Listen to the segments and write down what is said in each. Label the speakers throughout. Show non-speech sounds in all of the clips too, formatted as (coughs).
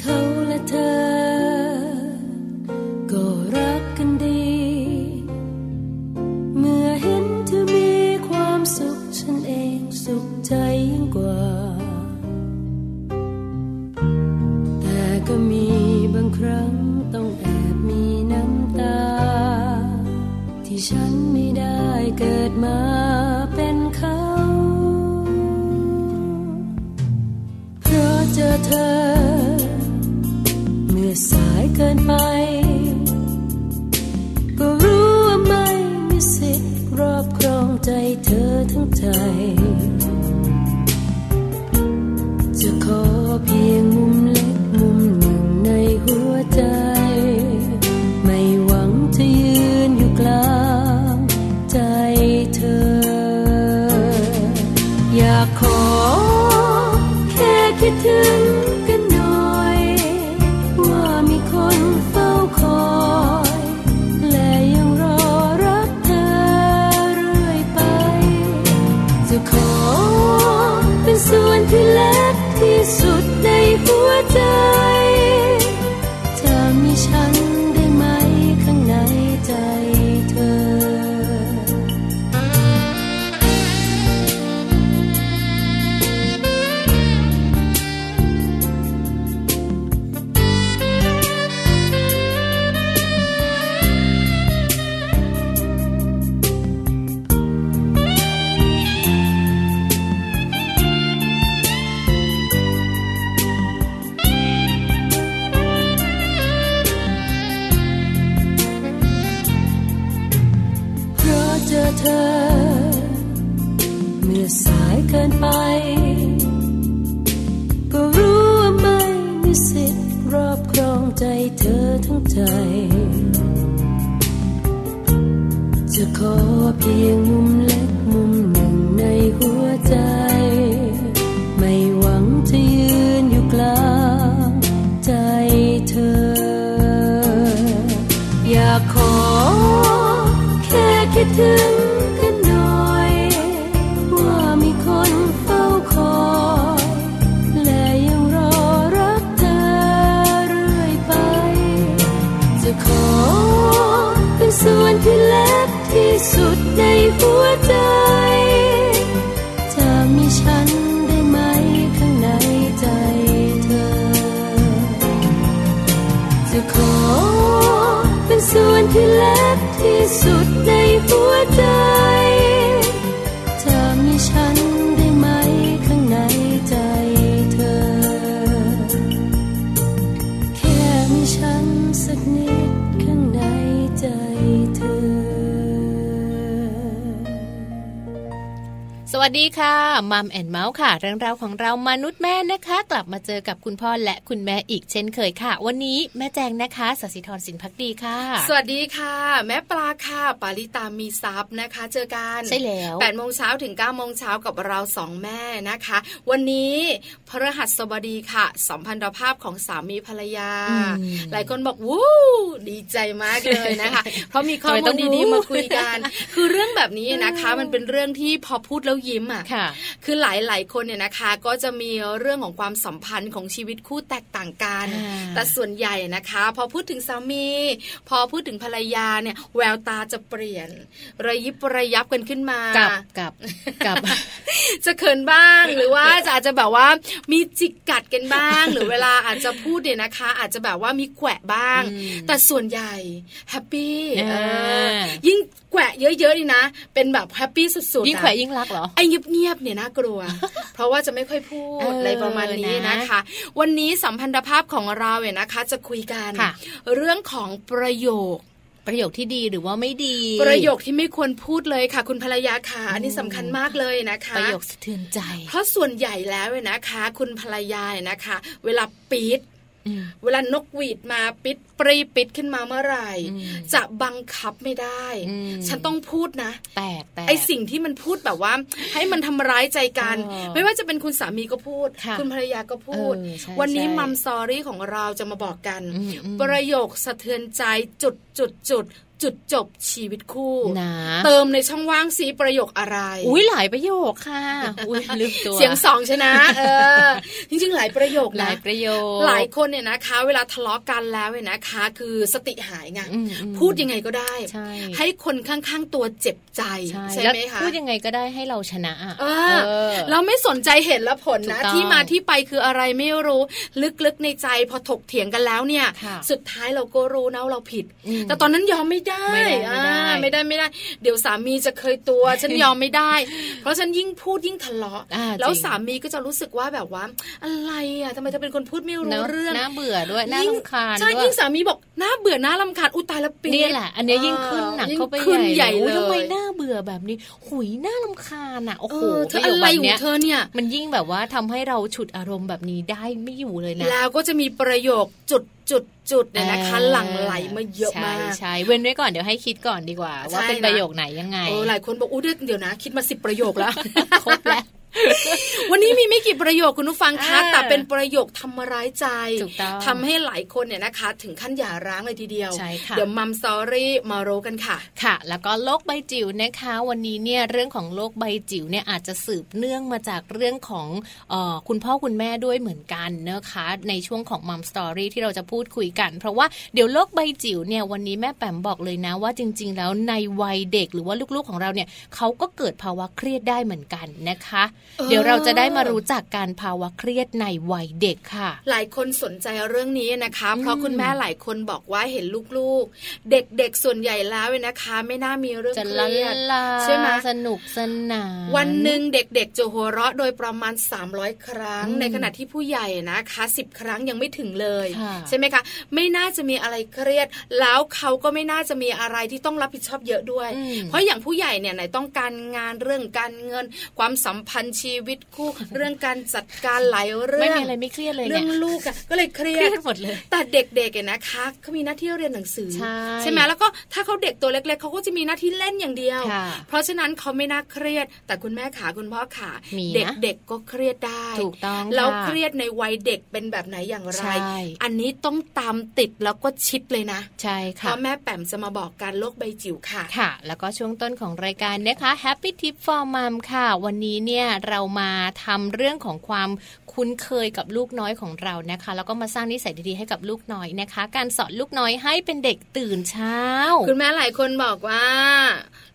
Speaker 1: เขาและเธอ ก็รักกันดี เมื่อเห็นเธอมีความสุขฉันเองสุขใจยิ่งกว่า แต่ก็มีบางครั้งต้องแอบมีน้ำตา ที่ฉันไม่ได้เกิดมาเป็นเขา เพราะเจอเธอ เมื่อสายเกินไป ก็รู้ว่าไม่มีสิทธิ์รอบครองใจเธอทั้งใจ จะขอเพียงมุมเล็กมุมหนึ่งในหัวใจ ไม่หวังจะยืนอยู่กลางใจเธอ อยากขอแค่คิดถึงกันหน่อย ว่ามีคนเฝ้าคอย และยังรอรักเธอเรื่อยไป จะขอเป็นส่วนที่เล็กที่สุดในหัวใจ จะมีฉันได้ไหมข้างในใจเธอ เพราะเจอเธอ เมื่อสายเกินไป ก็รู้ว่าไม่มีสิทธิ์รอบครองใจเธอทั้งใจ จะขอเพียงมุมเล็กมุมหนึ่งในหัวใจ ไม่หวังจะยืนอยู่กลางใจเธอ อยากขอแค่คิดถึงกันหน่อย ว่ามีคนเฝ้าคอย และยังรอรักเธอเรื่อยไป จะขอเป็นส่วนที่เล็กที่สุดในหัวใจ จะมีฉันได้ไหมข้างในใจเธอ จะขอเป็นส่วนที่เล็กที่สุดในหัวใจ จะมีฉันได้ไหมข้างในใจเธอ แค่มีฉันสักนิดข้างในใจเธอ
Speaker 2: สวัสดีค่ะมัมแอนเมาส์ค่ะ เรื่องราวของเรามนุษย์แม่นะคะ กลับมาเจอกับคุณพ่อและคุณแม่อีกเช่นเคยค่ะ วันนี้แม่แจงนะคะสศิธรสินพักดีค่ะ
Speaker 3: สวัสดีค่ะ แม่ปลาค่ะ ปาริตามีซับนะคะ เจอกัน
Speaker 2: ใช่แล้ว
Speaker 3: แปดโมงเช้าถึง9ก้าโมงเช้ากับเราสองแม่นะคะ วันนี้พระหัสบดีค่ะ สัมพันธภาพของสามีภรรยา
Speaker 2: อืม
Speaker 3: หลายคนบอกวู้ดีใจมากเลย
Speaker 2: (laughs)
Speaker 3: นะคะ เพราะมีข้อ
Speaker 2: ทำไมต้
Speaker 3: มูล
Speaker 2: อง
Speaker 3: ดี
Speaker 2: วู้
Speaker 3: ๆมาคุยกัน คือเรื่องแบบนี้นะคะ มันเป็นเรื่องที่พอพูดแล้วยิ้มอ่ะ
Speaker 2: ค่ะ
Speaker 3: คือหลาย ๆ คนเนี่ยนะคะ ก็จะมีเรื่องของความสัมพันธ์ของชีวิตคู่แตกต่างกัน
Speaker 2: อ่า
Speaker 3: แต่ส่วนใหญ่นะคะ พอพูดถึงสามี พอพูดถึงภรรยาเนี่ยแววตาจะเปลี่ยน ระยิบระยับกันขึ้นมา
Speaker 2: กลับกลับกลับ
Speaker 3: จะเขินบ้าง หรือว่าจะอาจจะแบบว่ามีจิกกัดกันบ้าง หรือเวลาอาจจะพูดเนี่ยนะคะ อาจจะแบบว่ามีแกวะบ้าง
Speaker 2: อืม
Speaker 3: แต่ส่วนใหญ่แฮปปี้
Speaker 2: อ่า
Speaker 3: เออยิ่งแกวะเยอะๆนี่นะ เป็นแบบแฮปปี้สุดๆ
Speaker 2: ยิ่ง
Speaker 3: อะ
Speaker 2: แขวะยิ่งรักเหรอ
Speaker 3: ไอ้เงียบๆเนี่ยน่าก
Speaker 2: (laughs)
Speaker 3: ลัว เพราะว่าจะไม่ค่อยพูด
Speaker 2: เอออ
Speaker 3: อะไรประมาณนี้
Speaker 2: นะ
Speaker 3: นะคะ วันนี้สัมพันธภาพของเราเนี่ยนะคะ จะคุยกัน
Speaker 2: ค่ะ
Speaker 3: เรื่องของประโยค
Speaker 2: ประโยคที่ดีหรือว่าไม่ดี
Speaker 3: ประโยคที่ไม่ควรพูดเลยค่ะ คุณภรรยาค่ะอันนี้สำคัญมากเลยนะคะ
Speaker 2: ประโยคสะเทือนใจ
Speaker 3: เพราะส่วนใหญ่แล้วเนี่ยนะคะ คุณภรรยาเนี่ยนะคะ เวลาปี๊ด
Speaker 2: อืม
Speaker 3: เวลานกหวีดมาปิดปรีปิดขึ้นมาเมื่อไหร่
Speaker 2: อืม
Speaker 3: จะบังคับไม่ได้
Speaker 2: อืม
Speaker 3: ฉันต้องพูดนะ
Speaker 2: แตกแตก
Speaker 3: ไอสิ่งที่มันพูดแบบว่า ให้มันทำร้ายใจกัน
Speaker 2: เออ
Speaker 3: ไม่ว่าจะเป็นคุณสามีก็พูด
Speaker 2: ค่ะ
Speaker 3: ณภรรยาก็พูด
Speaker 2: เออใช่
Speaker 3: วันนี้
Speaker 2: ใช่
Speaker 3: มัมซอรี่ของเราจะมาบอกกัน
Speaker 2: อืมอืม
Speaker 3: ประโยคสะเทือนใจจุดจุดจุดจุดจบชีวิตคู่
Speaker 2: นะ
Speaker 3: เติมในช่องว่างสีประโยคอะไร
Speaker 2: อุ้ยหลายประโยคค่ะอุ้ยลืมตัว
Speaker 3: เสียงสองช
Speaker 2: (laughs)
Speaker 3: นะ เออ จริงๆ หลายประโยค
Speaker 2: ห
Speaker 3: นะ
Speaker 2: ลายประโยค
Speaker 3: หลายคนเนี่ยนะคะ เวลาทะเลาะกันแล้วเนี่ยนะคะ คือสติหายไง
Speaker 2: อืมอืม
Speaker 3: พูดยังไงก็ได้
Speaker 2: ใช่
Speaker 3: ให้คนข้างๆตัวเจ็บใจ
Speaker 2: ใช่
Speaker 3: ไหม
Speaker 2: แล้ว
Speaker 3: คะ
Speaker 2: พูดยังไงก็ได้ให้เราชนะะ
Speaker 3: เออ
Speaker 2: เออ
Speaker 3: เราไม่สนใจเหตุและผลนะ
Speaker 2: ถูกต้อง
Speaker 3: ที่มาที่ไปคืออะไรไม่รู้ ลึกๆในใจพอถกเถียงกันแล้วเนี่ย
Speaker 2: ค่ะ
Speaker 3: สุดท้ายเราก็รู้นะว่าเราผิด
Speaker 2: อืม
Speaker 3: แต่ตอนนั้นยอมไม่ได้
Speaker 2: ไม่ได้
Speaker 3: อ่า
Speaker 2: ไม่
Speaker 3: ไม่
Speaker 2: ได้
Speaker 3: ได้ไม่ได้ เดี๋ยวสามีจะเคยตัว
Speaker 2: (laughs)
Speaker 3: ฉันยอมไม่ได้ เพราะฉันยิ่งพูดยิ่งทะเลาะ
Speaker 2: อ่า
Speaker 3: แล้
Speaker 2: จ
Speaker 3: ว
Speaker 2: ริง
Speaker 3: สามีก็จะรู้สึกว่าแบบว่า อะไรอ่ะทำไมเธอเป็นคนพูด
Speaker 2: น
Speaker 3: ไม่รู้
Speaker 2: อะ
Speaker 3: เรื่อง
Speaker 2: น่าเบื่อด้วยน่า
Speaker 3: ยิ่ง
Speaker 2: รำคาญ
Speaker 3: ใช่
Speaker 2: ด้วย
Speaker 3: ยิ่งสามีบอกน่าเบื่อน่าลำคาญอุยตายละปีด
Speaker 2: นี่แหละ อันเนี้ยยิ่งขึ้นหนักเข้าไป
Speaker 3: ยิ่งขึ้นใหญ่
Speaker 2: อุ๊
Speaker 3: เลย
Speaker 2: ทำไมหน้าเบื่อแบบนี้ หุยหน้าลำคาญอ่ะ โอ้
Speaker 3: เอ
Speaker 2: โห
Speaker 3: อเธอ
Speaker 2: ป
Speaker 3: อะ
Speaker 2: โยค
Speaker 3: ไร
Speaker 2: แบบ
Speaker 3: ขอ
Speaker 2: เนี้
Speaker 3: ง
Speaker 2: ย
Speaker 3: เธอเนี่ย
Speaker 2: มันยิ่งแบบว่าทำให้เราฉุดอารมณ์แบบนี้ได้ไม่อยู่เลยนะ
Speaker 3: แล้วก็จะมีประโยคจุดจุดจุดเนี่ยนะคะ หลั่งไหลมาเยอะมาก
Speaker 2: ใช่ใช่เว้นไว้ก่อนเดี๋ยวให้คิดก่อนดีกว่า ว่าเป็น
Speaker 3: ใช่นะ
Speaker 2: ประโยคไหนยังไง
Speaker 3: เออหลายคนบอกอู้เดี๋ยวนะ คิดมาสิบประโยค
Speaker 2: (laughs)
Speaker 3: แล้ว
Speaker 2: ครบแล้ว
Speaker 3: วันนี้มีไม่กี่ประโยคคุณผู้ฟังคะ
Speaker 2: อ่า
Speaker 3: แต่เป็นประโยคทำร้ายใจ
Speaker 2: ถูกต้อง
Speaker 3: ทำให้หลายคนเนี่ยนะคะ ถึงขั้นหย่าร้างเลยทีเดียว
Speaker 2: ใช่ค่ะ
Speaker 3: เดี๋ยวมัมซอรี่มารู้กันค่ะ
Speaker 2: ค่ะ แล้วก็โลกใบจิ๋วนะคะ วันนี้เนี่ยเรื่องของโลกใบจิ๋วเนี่ยอาจจะสืบเนื่องมาจากเรื่องของเออคุณพ่อคุณแม่ด้วยเหมือนกันนะคะ ในช่วงของมัมสตอรี่ที่เราจะพูดคุยกัน เพราะว่าเดี๋ยวโลกใบจิ๋วเนี่ยวันนี้แม่แปมบอกเลยนะว่าจริง ๆ แล้วในวัยเด็กหรือว่าลูกๆของเราเนี่ยเขาก็เกิดภาวะเครียดได้เหมือนกันนะคะ
Speaker 3: เออ
Speaker 2: เดี๋ยวเราจะได้มารู้จักการภาวะเครียดในวัยเด็กค่ะ
Speaker 3: หลายคนสนใจเรื่องนี้นะคะ
Speaker 2: อืม
Speaker 3: เพราะคุณแม่หลายคนบอกว่าเห็นลูกๆ เด็กๆส่วนใหญ่แล้วเนี่ยนะคะ ไม่น่ามีเรื่อง
Speaker 2: จะ
Speaker 3: เค
Speaker 2: ละ
Speaker 3: รียด
Speaker 2: ลา
Speaker 3: ใช่ไหม
Speaker 2: สนุกสนาน
Speaker 3: วันหนึ่งเด็กๆจะหัวเราะโดยประมาณ 300 ครั้ง
Speaker 2: อืม
Speaker 3: ในขณะที่ผู้ใหญ่นะคะ 10 ครั้งยังไม่ถึงเลย
Speaker 2: ค่ะ
Speaker 3: ใช่ไหมคะ ไม่น่าจะมีอะไรเครียด แล้วเขาก็ไม่น่าจะมีอะไรที่ต้องรับผิดชอบเยอะด้วย
Speaker 2: อืม
Speaker 3: เพราะอย่างผู้ใหญ่เนี่ยไหนต้องการงานเรื่องการเงิน ความสัมพันธ์ชีวิต
Speaker 2: (laughs)
Speaker 3: คู่ เรื่องการจัดการหลายเรื่อง
Speaker 2: ไม่มีอะไรไม่เครียดเลยเนี่ย
Speaker 3: องลูกอะก็เลยเครี
Speaker 2: เค
Speaker 3: ย
Speaker 2: รีย
Speaker 3: ด
Speaker 2: ดหมดเลย
Speaker 3: แต่เด็กๆเนี่ยนะคะเขามีหน้าที่เรียนหนังสือ
Speaker 2: ใช่
Speaker 3: ไหมแล้วก็ถ้าเขาเด็กตัวเล็กๆเขาก็จะมีหน้าที่เล่นอย่างเดียว
Speaker 2: ค่ะ
Speaker 3: เพราะฉะนั้นเขาไม่น่าเครียด แต่คุณแม่ขาคุณพ่อขา
Speaker 2: มี
Speaker 3: เ
Speaker 2: นะ
Speaker 3: ด็กๆก็เครียดได้
Speaker 2: ถูกต้อง
Speaker 3: แล้ว
Speaker 2: ค่ะ
Speaker 3: เครียดในวัยเด็กเป็นแบบไหนอย่างไร
Speaker 2: ใช่
Speaker 3: อันนี้ต้องตามติดแล้วก็ชิดเลยนะ
Speaker 2: ใช่
Speaker 3: เพ
Speaker 2: ค่ะ
Speaker 3: ราะแม่แปมจะมาบอกการโรคใบจิ๋วค่ะ
Speaker 2: ค่ะ แล้วก็ช่วงต้นของรายการนะคะ Happy Tip for Mom ค่ะ วันนี้เนี่ยเรามาทำเรื่องของความคุ้นเคยกับลูกน้อยของเรานะคะ แล้วก็มาสร้างนิสัยดีๆให้กับลูกน้อยนะคะ การสอนลูกน้อยให้เป็นเด็กตื่นเช้า
Speaker 3: คุณแม่หลายคนบอกว่า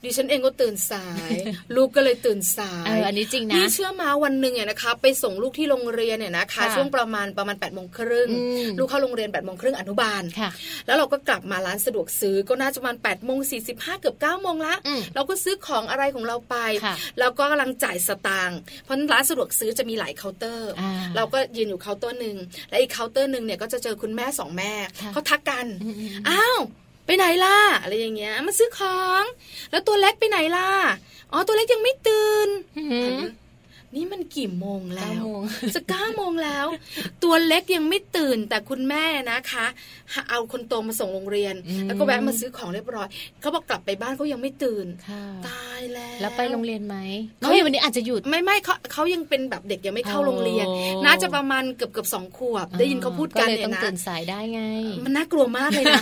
Speaker 3: ดิฉันเองก็ตื่นสาย
Speaker 2: (laughs)
Speaker 3: ลูกก็เลยตื่นสาย
Speaker 2: เอออันนี้จริงนะ
Speaker 3: นี่เชื่อมาวันหนึ่งเนี่ยนะคะไปส่งลูกที่โรงเรียนเนี่ยนะคะ
Speaker 2: ค่ะ
Speaker 3: ช่วงประมาณประมาณ8ปดโมงครึ่ง
Speaker 2: อืม
Speaker 3: ลูกเข้าโรงเรียน8ปดโมงครึ่งอนุบาล
Speaker 2: ค่ะ
Speaker 3: แล้วเราก็กลับมาร้านสะดวกซื้อก็น่าจะประมาณ8ปดโมงสีเกือบ9ก้าโมงละ
Speaker 2: อืม
Speaker 3: เราก็ซื้อของอะไรของเราไป
Speaker 2: ค่ะ
Speaker 3: แล้วก็กำลังจ่ายสตางค์เพราะร้านสะดวกซื้อจะมีหลายเคาน์เตอร์
Speaker 2: อ่า
Speaker 3: เราก็ยืนอยู่เคาน์เตอร์หนึ่งและอีกเคาน์เตอร์หนึ่งเนี่ยก็จะเจอคุณแม่สองแม่
Speaker 2: ค่ะ
Speaker 3: เขาทักกัน
Speaker 2: อืมอืม
Speaker 3: อ้าวไปไหนล่ะอะไรอย่างเงี้ยมาซื้อของ แล้วตัวเล็กไปไหนล่ะอ๋อตัวเล็กยังไม่ตื่น
Speaker 2: อืม
Speaker 3: นี่มันกี่โมงแล้
Speaker 2: เก้าว โมง
Speaker 3: (laughs) จะเก้าโมงแล้ว ตัวเล็กยังไม่ตื่นแต่คุณแม่นะคะหาเอาคนโตมาส่งโรงเรียน
Speaker 2: อืม
Speaker 3: แล้วก็แวะมาซื้อของเรียบร้อยเขาบอกกลับไปบ้านเขายังไม่ตื่น
Speaker 2: ค่ะ
Speaker 3: ตายแล้ว
Speaker 2: แล้วไปโรงเรียนไหม
Speaker 3: เขา
Speaker 2: เฮ้ยวันนี้อาจจะหยุด
Speaker 3: ไม่ไม่เขาเขายังเป็นแบบเด็กยังไม่เข้า
Speaker 2: อ๋อ
Speaker 3: โรงเรียน น่าจะประมาณเกือบเกือบสองขวบ ได้ยินเขาพูดกัน
Speaker 2: เลย
Speaker 3: เนี่
Speaker 2: ต้อย ง
Speaker 3: นะ
Speaker 2: ตื่นสายได้ไง
Speaker 3: มันน่ากลัวมากเลยนะ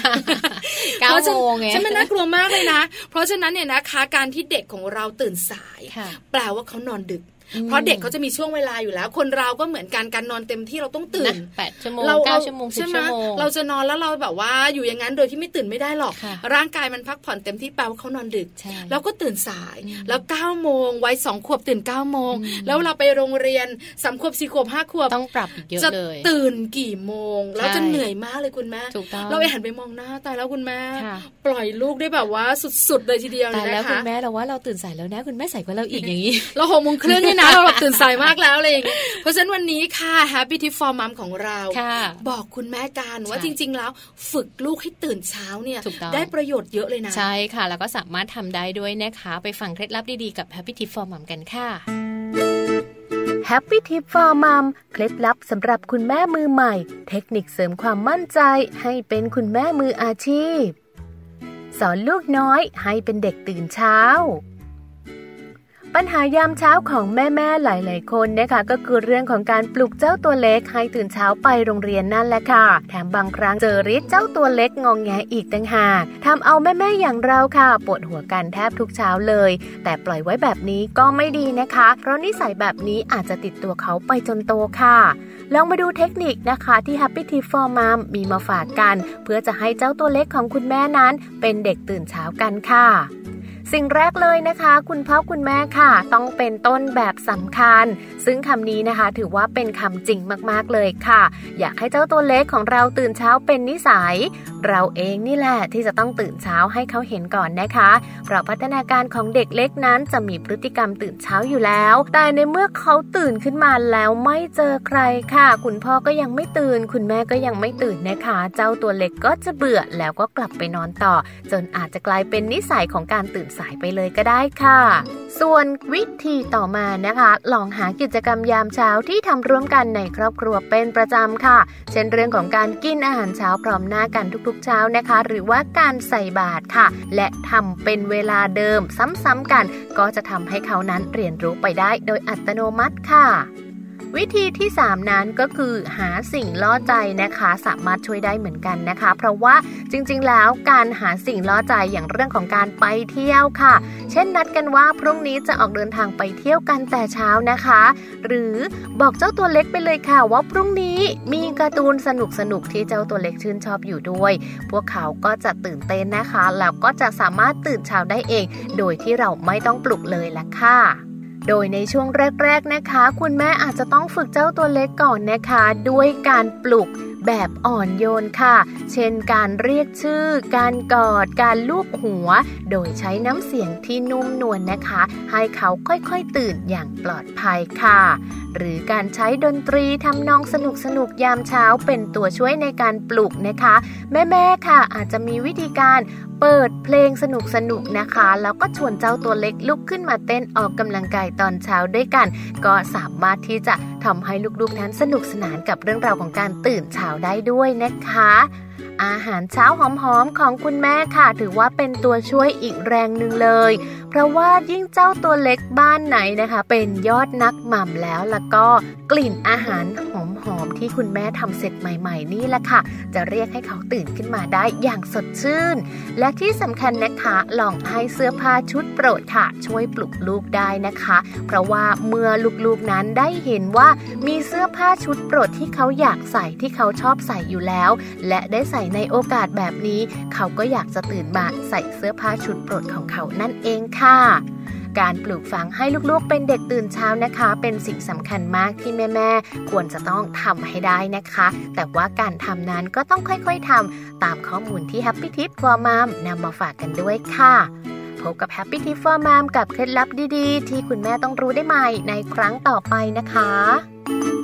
Speaker 2: เก้า
Speaker 3: พระฉะ
Speaker 2: โมงไง
Speaker 3: ใช่ไหมน่ากลัวมากเลยนะ เพราะฉะนั้นเนี่ยนะคะการที่เด็กของเราตื่นสาย
Speaker 2: ค่ะ
Speaker 3: แปลว่าเขานอนดึก
Speaker 2: อืม
Speaker 3: เพราะเด็กเขาจะมีช่วงเวลาอยู่แล้ว คนเราก็เหมือนกันการนอนเต็มที่เราต้องตื่
Speaker 2: นะ
Speaker 3: น
Speaker 2: แปดชั่วโมง
Speaker 3: เรา
Speaker 2: เก้าชั่วโมงสิบ
Speaker 3: ใไห
Speaker 2: ชั่วโมง
Speaker 3: เราจะนอนแล้วเราแบบว่าอยู่อย่างนั้นโดยที่ไม่ตื่นไม่ได้หรอก
Speaker 2: ค่ะ
Speaker 3: ร่างกายมันพักผ่อนเต็มที่แปลว่าเขานอนดึก
Speaker 2: ใช่
Speaker 3: แล้วก็ตื่นสาย
Speaker 2: อืม
Speaker 3: แล้ว9ก้าโมงไว้สองขวบตื่น9ก้าโมง
Speaker 2: อืม
Speaker 3: แล้วเราไปโรงเรียนสามขวบสี่ขวบห้าขวบ
Speaker 2: ต้องปรับอีกเยอะ
Speaker 3: จะ
Speaker 2: เลย
Speaker 3: ตื่นกี่โมง แล้ว
Speaker 2: ใช่
Speaker 3: จะเหนื่อยมากเลยคุณแม่
Speaker 2: ถูกต้อง
Speaker 3: เราไปหันไปมองหน้าตายแล้วคุณแม่
Speaker 2: ค่ะ
Speaker 3: ปล่อยลูกได้แบบว่าสุดๆเลยทีเดียวเล
Speaker 2: ตายยแล้ว
Speaker 3: นะ
Speaker 2: คุณ
Speaker 3: คะ
Speaker 2: แม่เราว่าเราตื่นสายแล้วนะคุณแม่ใส่กว่าเราอีกอย่างนี้
Speaker 3: เราหกโมงครึ่งเนี่ยนะ
Speaker 4: (laughs)
Speaker 3: เราแบบตื่นสายมากแล้วอะไรอย่างเงี้ยเพราะฉะนั้นวันนี้ค่ะ Happy Tip for Mom ของเรา
Speaker 2: ค่ะ
Speaker 3: บอกคุณแม่การว่า
Speaker 2: ใช่
Speaker 3: จริง ๆ แล้วฝึกลูกให้ตื่นเช้าเนี่ย
Speaker 2: ถูกต้อง
Speaker 3: ได้ประโยชน์เยอะเลยนะ
Speaker 2: ใช่ค่ะ แล้วก็สามารถทำได้ด้วยนะคะ ไปฟังเคล็ดลับดีๆกับ Happy Tip for Mom กันค่ะ Happy Tip for Mom เคล็ดลับสำหรับคุณแม่มือใหม่ เทคนิคเสริมความมั่นใจให้เป็นคุณแม่มืออาชีพ สอนลูกน้อยให้เป็นเด็กตื่นเช้า ปัญหายามเช้าของแม่ๆหลาย ๆ คนนะคะก็คือเรื่องของการปลุกเจ้าตัวเล็กให้ตื่นเช้าไปโรงเรียนนั่นแหละค่ะ แถมบางครั้งเจอฤทธิ์เจ้าตัวเล็กงองแงอีกต่างหากทำเอาแม่ๆอย่างเราค่ะปวดหัวกันแทบทุกเช้าเลย แต่ปล่อยไว้แบบนี้ก็ไม่ดีนะคะ เพราะนิสัยแบบนี้อาจจะติดตัวเขาไปจนโตค่ะ ลองมาดูเทคนิคนะคะที่ Happy Tip for Mom มีมาฝากกัน เพื่อจะให้เจ้าตัวเล็กของคุณแม่นั้น เป็นเด็กตื่นเช้ากันค่ะ สิ่งแรกเลยนะคะ คุณพ่อคุณแม่ค่ะ ต้องเป็นต้นแบบสำคัญ ซึ่งคำนี้นะคะ ถือว่าเป็นคำจริงมากๆเลยค่ะ อยากให้เจ้าตัวเล็กของเราตื่นเช้าเป็นนิสัย เราเองนี่แหละที่จะต้องตื่นเช้าให้เขาเห็นก่อนนะคะ เพราะพัฒนาการของเด็กเล็กนั้นจะมีพฤติกรรมตื่นเช้าอยู่แล้ว แต่ในเมื่อเขาตื่นขึ้นมาแล้วไม่เจอใครค่ะ คุณพ่อก็ยังไม่ตื่น คุณแม่ก็ยังไม่ตื่นนะคะ เจ้าตัวเล็กก็จะเบื่อแล้วก็กลับไปนอนต่อ จนอาจจะกลายเป็นนิสัยของการตื่นสายไปเลยก็ได้ค่ะ ส่วนวิธีต่อมานะคะ ลองหากิจกรรมยามเช้าที่ทำร่วมกันในครอบครัวเป็นประจำค่ะ เช่นเรื่องของการกินอาหารเช้าพร้อมหน้ากันทุกๆ เช้านะคะ หรือว่าการใส่บาตรค่ะ และทำเป็นเวลาเดิมซ้ำๆกัน ก็จะทำให้เขานั้นเรียนรู้ไปได้โดยอัตโนมัติค่ะ วิธีที่ 3 นั้นก็คือหาสิ่งล่อใจนะคะ สามารถช่วยได้เหมือนกันนะคะ เพราะว่าจริงๆ แล้วการหาสิ่งล่อใจอย่างเรื่องของการไปเที่ยวค่ะ เช่นนัดกันว่าพรุ่งนี้จะออกเดินทางไปเที่ยวกันแต่เช้านะคะ หรือบอกเจ้าตัวเล็กไปเลยค่ะ ว่าพรุ่งนี้มีการ์ตูนสนุกๆที่เจ้าตัวเล็กชื่นชอบอยู่ด้วย พวกเขาก็จะตื่นเต้นนะคะแล้วก็จะสามารถตื่นเช้าได้เอง โดยที่เราไม่ต้องปลุกเลยละค่ะ โดยในช่วงแรก ๆนะคะ คุณแม่อาจจะต้องฝึกเจ้าตัวเล็กก่อนนะคะ ด้วยการปลุกแบบอ่อนโยนค่ะ เช่นการเรียกชื่อ การกอด การลูบหัว โดยใช้น้ำเสียงที่นุ่มนวลนนะคะ ให้เขาค่อยๆตื่นอย่างปลอดภัยค่ะ หรือการใช้ดนตรีทำนองสนุกสนุกๆยามเช้าเป็นตัวช่วยในการปลุกนะคะ แม่ๆค่ะ อาจจะมีวิธีการ เปิดเพลงสนุกสนุกๆนะคะ แล้วก็ชวนเจ้าตัวเล็กลุกขึ้นมาเต้นออกกำลังกายตอนเช้าด้วยกัน ก็สามารถที่จะทำให้ลูกๆนั้นสนุกสนานกับเรื่องราวของการตื่นเช้าได้ด้วยนะคะ อาหารเช้าหอมๆของคุณแม่ค่ะ ถือว่าเป็นตัวช่วยอีกแรงหนึ่งเลย เพราะว่ายิ่งเจ้าตัวเล็กบ้านไหนนะคะ เป็นยอดนักหม่ำแล้วแล้วก็กลิ่นอาหารหอมๆที่คุณแม่ทำเสร็จใหม่ ๆ นี่แหละค่ะ จะเรียกให้เขาตื่นขึ้นมาได้อย่างสดชื่น และที่สำคัญนะคะลองให้เสื้อผ้าชุดโปรดค่ะ ช่วยปลุกลูกได้นะคะ เพราะว่าเมื่อลูกๆนั้นได้เห็นว่ามีเสื้อผ้าชุดโปรดที่เขาอยากใส่ที่เขาชอบใส่อยู่แล้ว และได้ใส่ในโอกาสแบบนี้ เขาก็อยากจะตื่นมาใส่เสื้อผ้าชุดโปรดของเขานั่นเองค่ะ การปลูกฝังให้ลูกๆ เป็นเด็กตื่นเช้านะคะ เป็นสิ่งสำคัญมากที่แม่ๆควรจะต้องทำให้ได้นะคะ แต่ว่าการทำนั้นก็ต้องค่อยๆทำ ตามข้อมูลที่ Happy Tip for Mom นำมาฝากกันด้วยค่ะ พบกับ Happy Tip for Mom กับเคล็ดลับดีๆ ที่คุณแม่ต้องรู้ได้ใหม่ในครั้งต่อไปนะคะ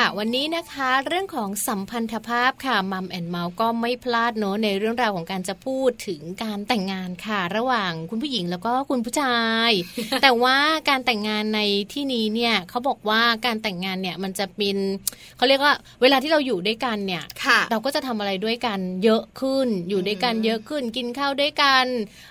Speaker 4: ค่ะ วันนี้นะคะเรื่องของสัมพันธภาพค่ะมัมแอนเมาส์ก็ไม่พลาดเนอะในเรื่องราวของการจะพูดถึงการแต่งงานค่ะ ระหว่างคุณผู้หญิงแล้วก็คุณผู้ชาย แต่ว่าการแต่งงานในที่นี้เนี่ยเขาบอกว่าการแต่งงานเนี่ยมันจะเป็นเขาเรียกว่าเวลาที่เราอยู่ด้วยกันเนี่ย
Speaker 3: ค่ะ
Speaker 4: เราก็จะทำอะไรด้วยกันเยอะขึ้น อยู่ด้วยกัน
Speaker 3: อืม
Speaker 4: เยอะขึ้น กินข้าวด้วยกัน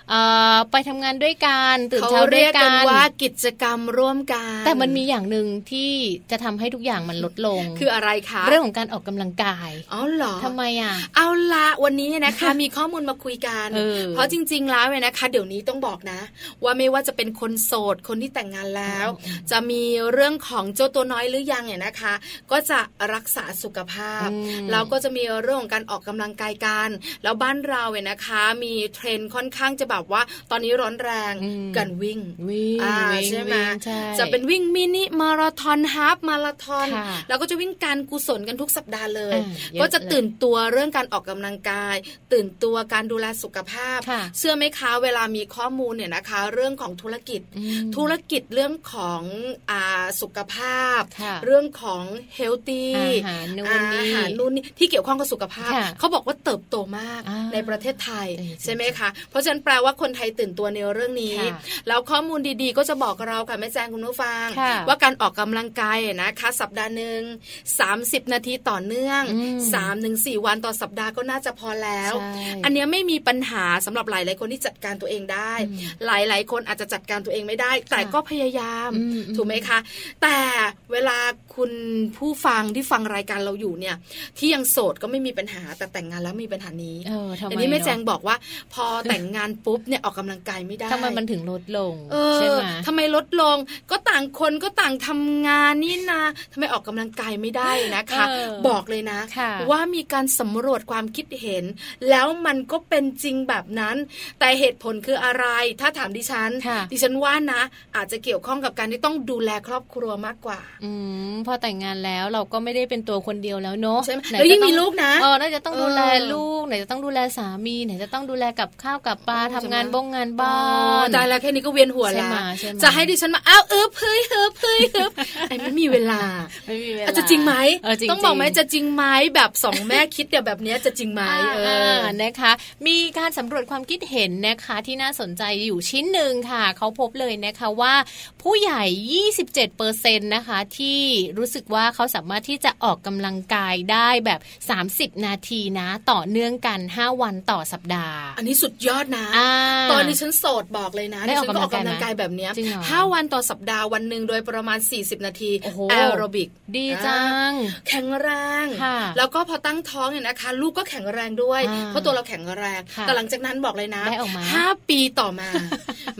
Speaker 4: เอ่อไปทำงานด้วยกัน ตื่น
Speaker 3: เขา
Speaker 4: เช้าด้
Speaker 3: เรี
Speaker 4: วย ย
Speaker 3: ก
Speaker 4: กั
Speaker 3: กัน
Speaker 4: น
Speaker 3: ว่ากิจกรรมร่วมกัน
Speaker 4: แต่มันมีอย่างหนึ่งที่จะทำให้ทุกอย่างมันลดลง
Speaker 3: คืออะไรคะ
Speaker 4: เรื่องของการออกกำลังกาย
Speaker 3: อ๋อเหรอ
Speaker 4: ทำไมอ่ะ
Speaker 3: เอาละวันนี้เนี่ย
Speaker 4: (laughs)
Speaker 3: นะคะ มีข้อมูลมาคุยกัน
Speaker 4: เออ
Speaker 3: เพราะจริง ๆ แล้วเนี่ยนะคะ เดี๋ยวนี้ต้องบอกนะ ว่าไม่ว่าจะเป็นคนโสดคนที่แต่งงานแล้ว จะมีเรื่องของเจ้าตัวน้อยหรือยังเนี่ยนะคะ ก็จะรักษาสุขภาพ
Speaker 4: อืม
Speaker 3: แล้วก็จะมีเรื่องของการออกกำลังกายกันแล้วบ้านเราเนี่ยนะคะ มีเทรนด์ค่อนข้างจะแบบว่า ตอนนี้ร้อนแรงกันวิ่ง
Speaker 4: วิ่ง
Speaker 3: อ่า
Speaker 4: วิ่ง
Speaker 3: ใช่ไหม
Speaker 4: วิ่งใช่
Speaker 3: จะเป็นวิ่งมินิมาราธอนฮาล์ฟมาราธอน
Speaker 4: ค่ะ
Speaker 3: แล้วก็จะวิ่ง วิ่งการกุศลกันทุกสัปดาห์เลย
Speaker 2: อ่าเยอะ
Speaker 3: ก็จะ
Speaker 2: เลย
Speaker 3: ตื่นตัวเรื่องการออกกำลังกาย ตื่นตัวการดูแลสุขภาพ
Speaker 2: ค่ะ
Speaker 3: เชื่อไหมคะเวลามีข้อมูลเนี่ยนะคะ เรื่องของธุรกิจ
Speaker 2: อืม
Speaker 3: ธุรกิจเรื่องของอาสุขภาพ
Speaker 2: ค่ะ
Speaker 3: เรื่องของเฮลตี้
Speaker 2: อาหารนู่นนี่
Speaker 3: อาหารนู่นนี่ที่เกี่ยวข้องกับสุขภาพ
Speaker 2: ค่ะ
Speaker 3: เขาบอกว่าเติบโตมาก
Speaker 2: อ่า
Speaker 3: ในประเทศไทย
Speaker 2: เออจริงๆ
Speaker 3: ใช่ไหมคะ เพราะฉะนั้นแปลว่าคนไทยตื่นตัวในเรื่องนี้
Speaker 2: ค่ะ
Speaker 3: แล้วข้อมูลดีๆ ก็จะบอกเราค่ะแม่แจงคุณผู้ฟัง
Speaker 2: ค่ะ
Speaker 3: ว่าการออกกำลังกายนะคะ สัปดาห์หนึ่ง30 นาทีต่อเนื่อง
Speaker 2: อืม
Speaker 3: สามถึงสี่วันต่อสัปดาห์ก็น่าจะพอแล้ว
Speaker 2: ใช่
Speaker 3: อันเนี้ยไม่มีปัญหาสำหรับหลาย ๆ คนที่จัดการตัวเองได้
Speaker 2: อืม
Speaker 3: หลาย ๆ คนอาจจะจัดการตัวเองไม่ได้ แต่
Speaker 2: ค่ะ
Speaker 3: ก็พยายาม
Speaker 2: อืมอืม
Speaker 3: ถูกไหมคะ แต่เวลาคุณผู้ฟังที่ฟังรายการเราอยู่เนี่ย ที่ยังโสดก็ไม่มีปัญหาแต่แต่งงานแล้วมีปัญหานี้
Speaker 2: เออทำไม
Speaker 3: นนี้แม่
Speaker 2: เนอะ
Speaker 3: แจงบอกว่า พอแต่งงานปุ๊บเนี่ยออกกำลังกายไม่ได้
Speaker 2: ทำไมมันถึงลดลง
Speaker 3: เอ
Speaker 2: ใช่
Speaker 3: อ
Speaker 2: ไหม
Speaker 3: ทำไมลดลงก็ต่างคนก็ต่างทำงานนี่นะทำไมออกกำลังกายไม่ได้นะคะ
Speaker 2: เออ
Speaker 3: บอกเลยนะ
Speaker 2: ค่ะ
Speaker 3: ว่ามีการสำรวจความคิดเห็น แล้วมันก็เป็นจริงแบบนั้น แต่เหตุผลคืออะไร ถ้าถามดิฉัน
Speaker 2: ค่ะ
Speaker 3: ดิฉันว่านะ อาจจะเกี่ยวข้องกับการที่ต้องดูแลครอบครัวมากกว่า
Speaker 2: อืมพอแต่งงานแล้วเราก็ไม่ได้เป็นตัวคนเดียวแล้วเนาะ
Speaker 3: ใช่ไหม
Speaker 2: นจะ
Speaker 3: แล้วยิ่ง
Speaker 2: ต้อง
Speaker 3: มีลูกนะ
Speaker 2: เออน่าจะต้องดูแล
Speaker 3: เออ
Speaker 2: ลูกไหนจะต้องดูแลสามีไหนจะต้องดูแลกับข้าวกับปลาทำงานบงงานบ้า
Speaker 3: อ๋อน ตายแล้วแค่นี้ก็เวียนหัวแล้ว
Speaker 2: ใช่ไหมใช่ไหม
Speaker 3: จะให้ดิฉันมาอ้าวเออเพ้ยเออเพ้ยเอ
Speaker 2: (laughs)
Speaker 3: อไอ้ไม่มีเวลา
Speaker 2: ไม่มีเวลา
Speaker 3: อาจจะจริงไหม
Speaker 2: เจริ
Speaker 3: ต้องบอกไหม
Speaker 2: ๆ
Speaker 3: จะจริงไหมแบบสองแม่คิดเนี่ยแบบเนี้ยจะจริงไหมเอ
Speaker 2: อ่า
Speaker 3: อ
Speaker 2: นะคะ มีการสำรวจความคิดเห็นนะคะที่น่าสนใจอยู่ชิ้นหนึ่งค่ะ เขาพบเลยนะคะว่า ผู้ใหญ่ 27%นะคะที่รู้สึกว่าเขาสามารถที่จะออกกำลังกายได้แบบ 30 นาทีนะ ต่อเนื่องกัน 5 วันต่อสัปดาห์
Speaker 3: อันนี้สุดยอดนะ
Speaker 2: า
Speaker 3: ตอนนี้ฉันโสดบอกเลยนะ
Speaker 2: ได้
Speaker 3: ดิ
Speaker 2: ออ
Speaker 3: ฉั
Speaker 2: ก
Speaker 3: นก็ออก
Speaker 2: กำ
Speaker 3: กำ
Speaker 2: ลั
Speaker 3: ลั
Speaker 2: งกาก
Speaker 3: งาย ย
Speaker 2: ไหม
Speaker 3: แบบเนี้ย
Speaker 2: จริงเหรอ
Speaker 3: ห้าวันต่อสัปดาห์วันหนึ่งโดยประมาณ 40 นาที
Speaker 2: โอ้โห
Speaker 3: แอโรบิก
Speaker 2: ดีจัง
Speaker 3: แข็งแรง
Speaker 2: ค่ะ
Speaker 3: แล้วก็พอตั้งท้องเนี่ยนะคะ ลูกก็แข็งแรงด้วย
Speaker 2: อ่า
Speaker 3: เพราะตัวเราแข็งแรง
Speaker 2: ค่ะ
Speaker 3: แต่หลังจากนั้นบอกเลยนะ
Speaker 2: ได้ออกมา
Speaker 3: ห้าปีต่อมา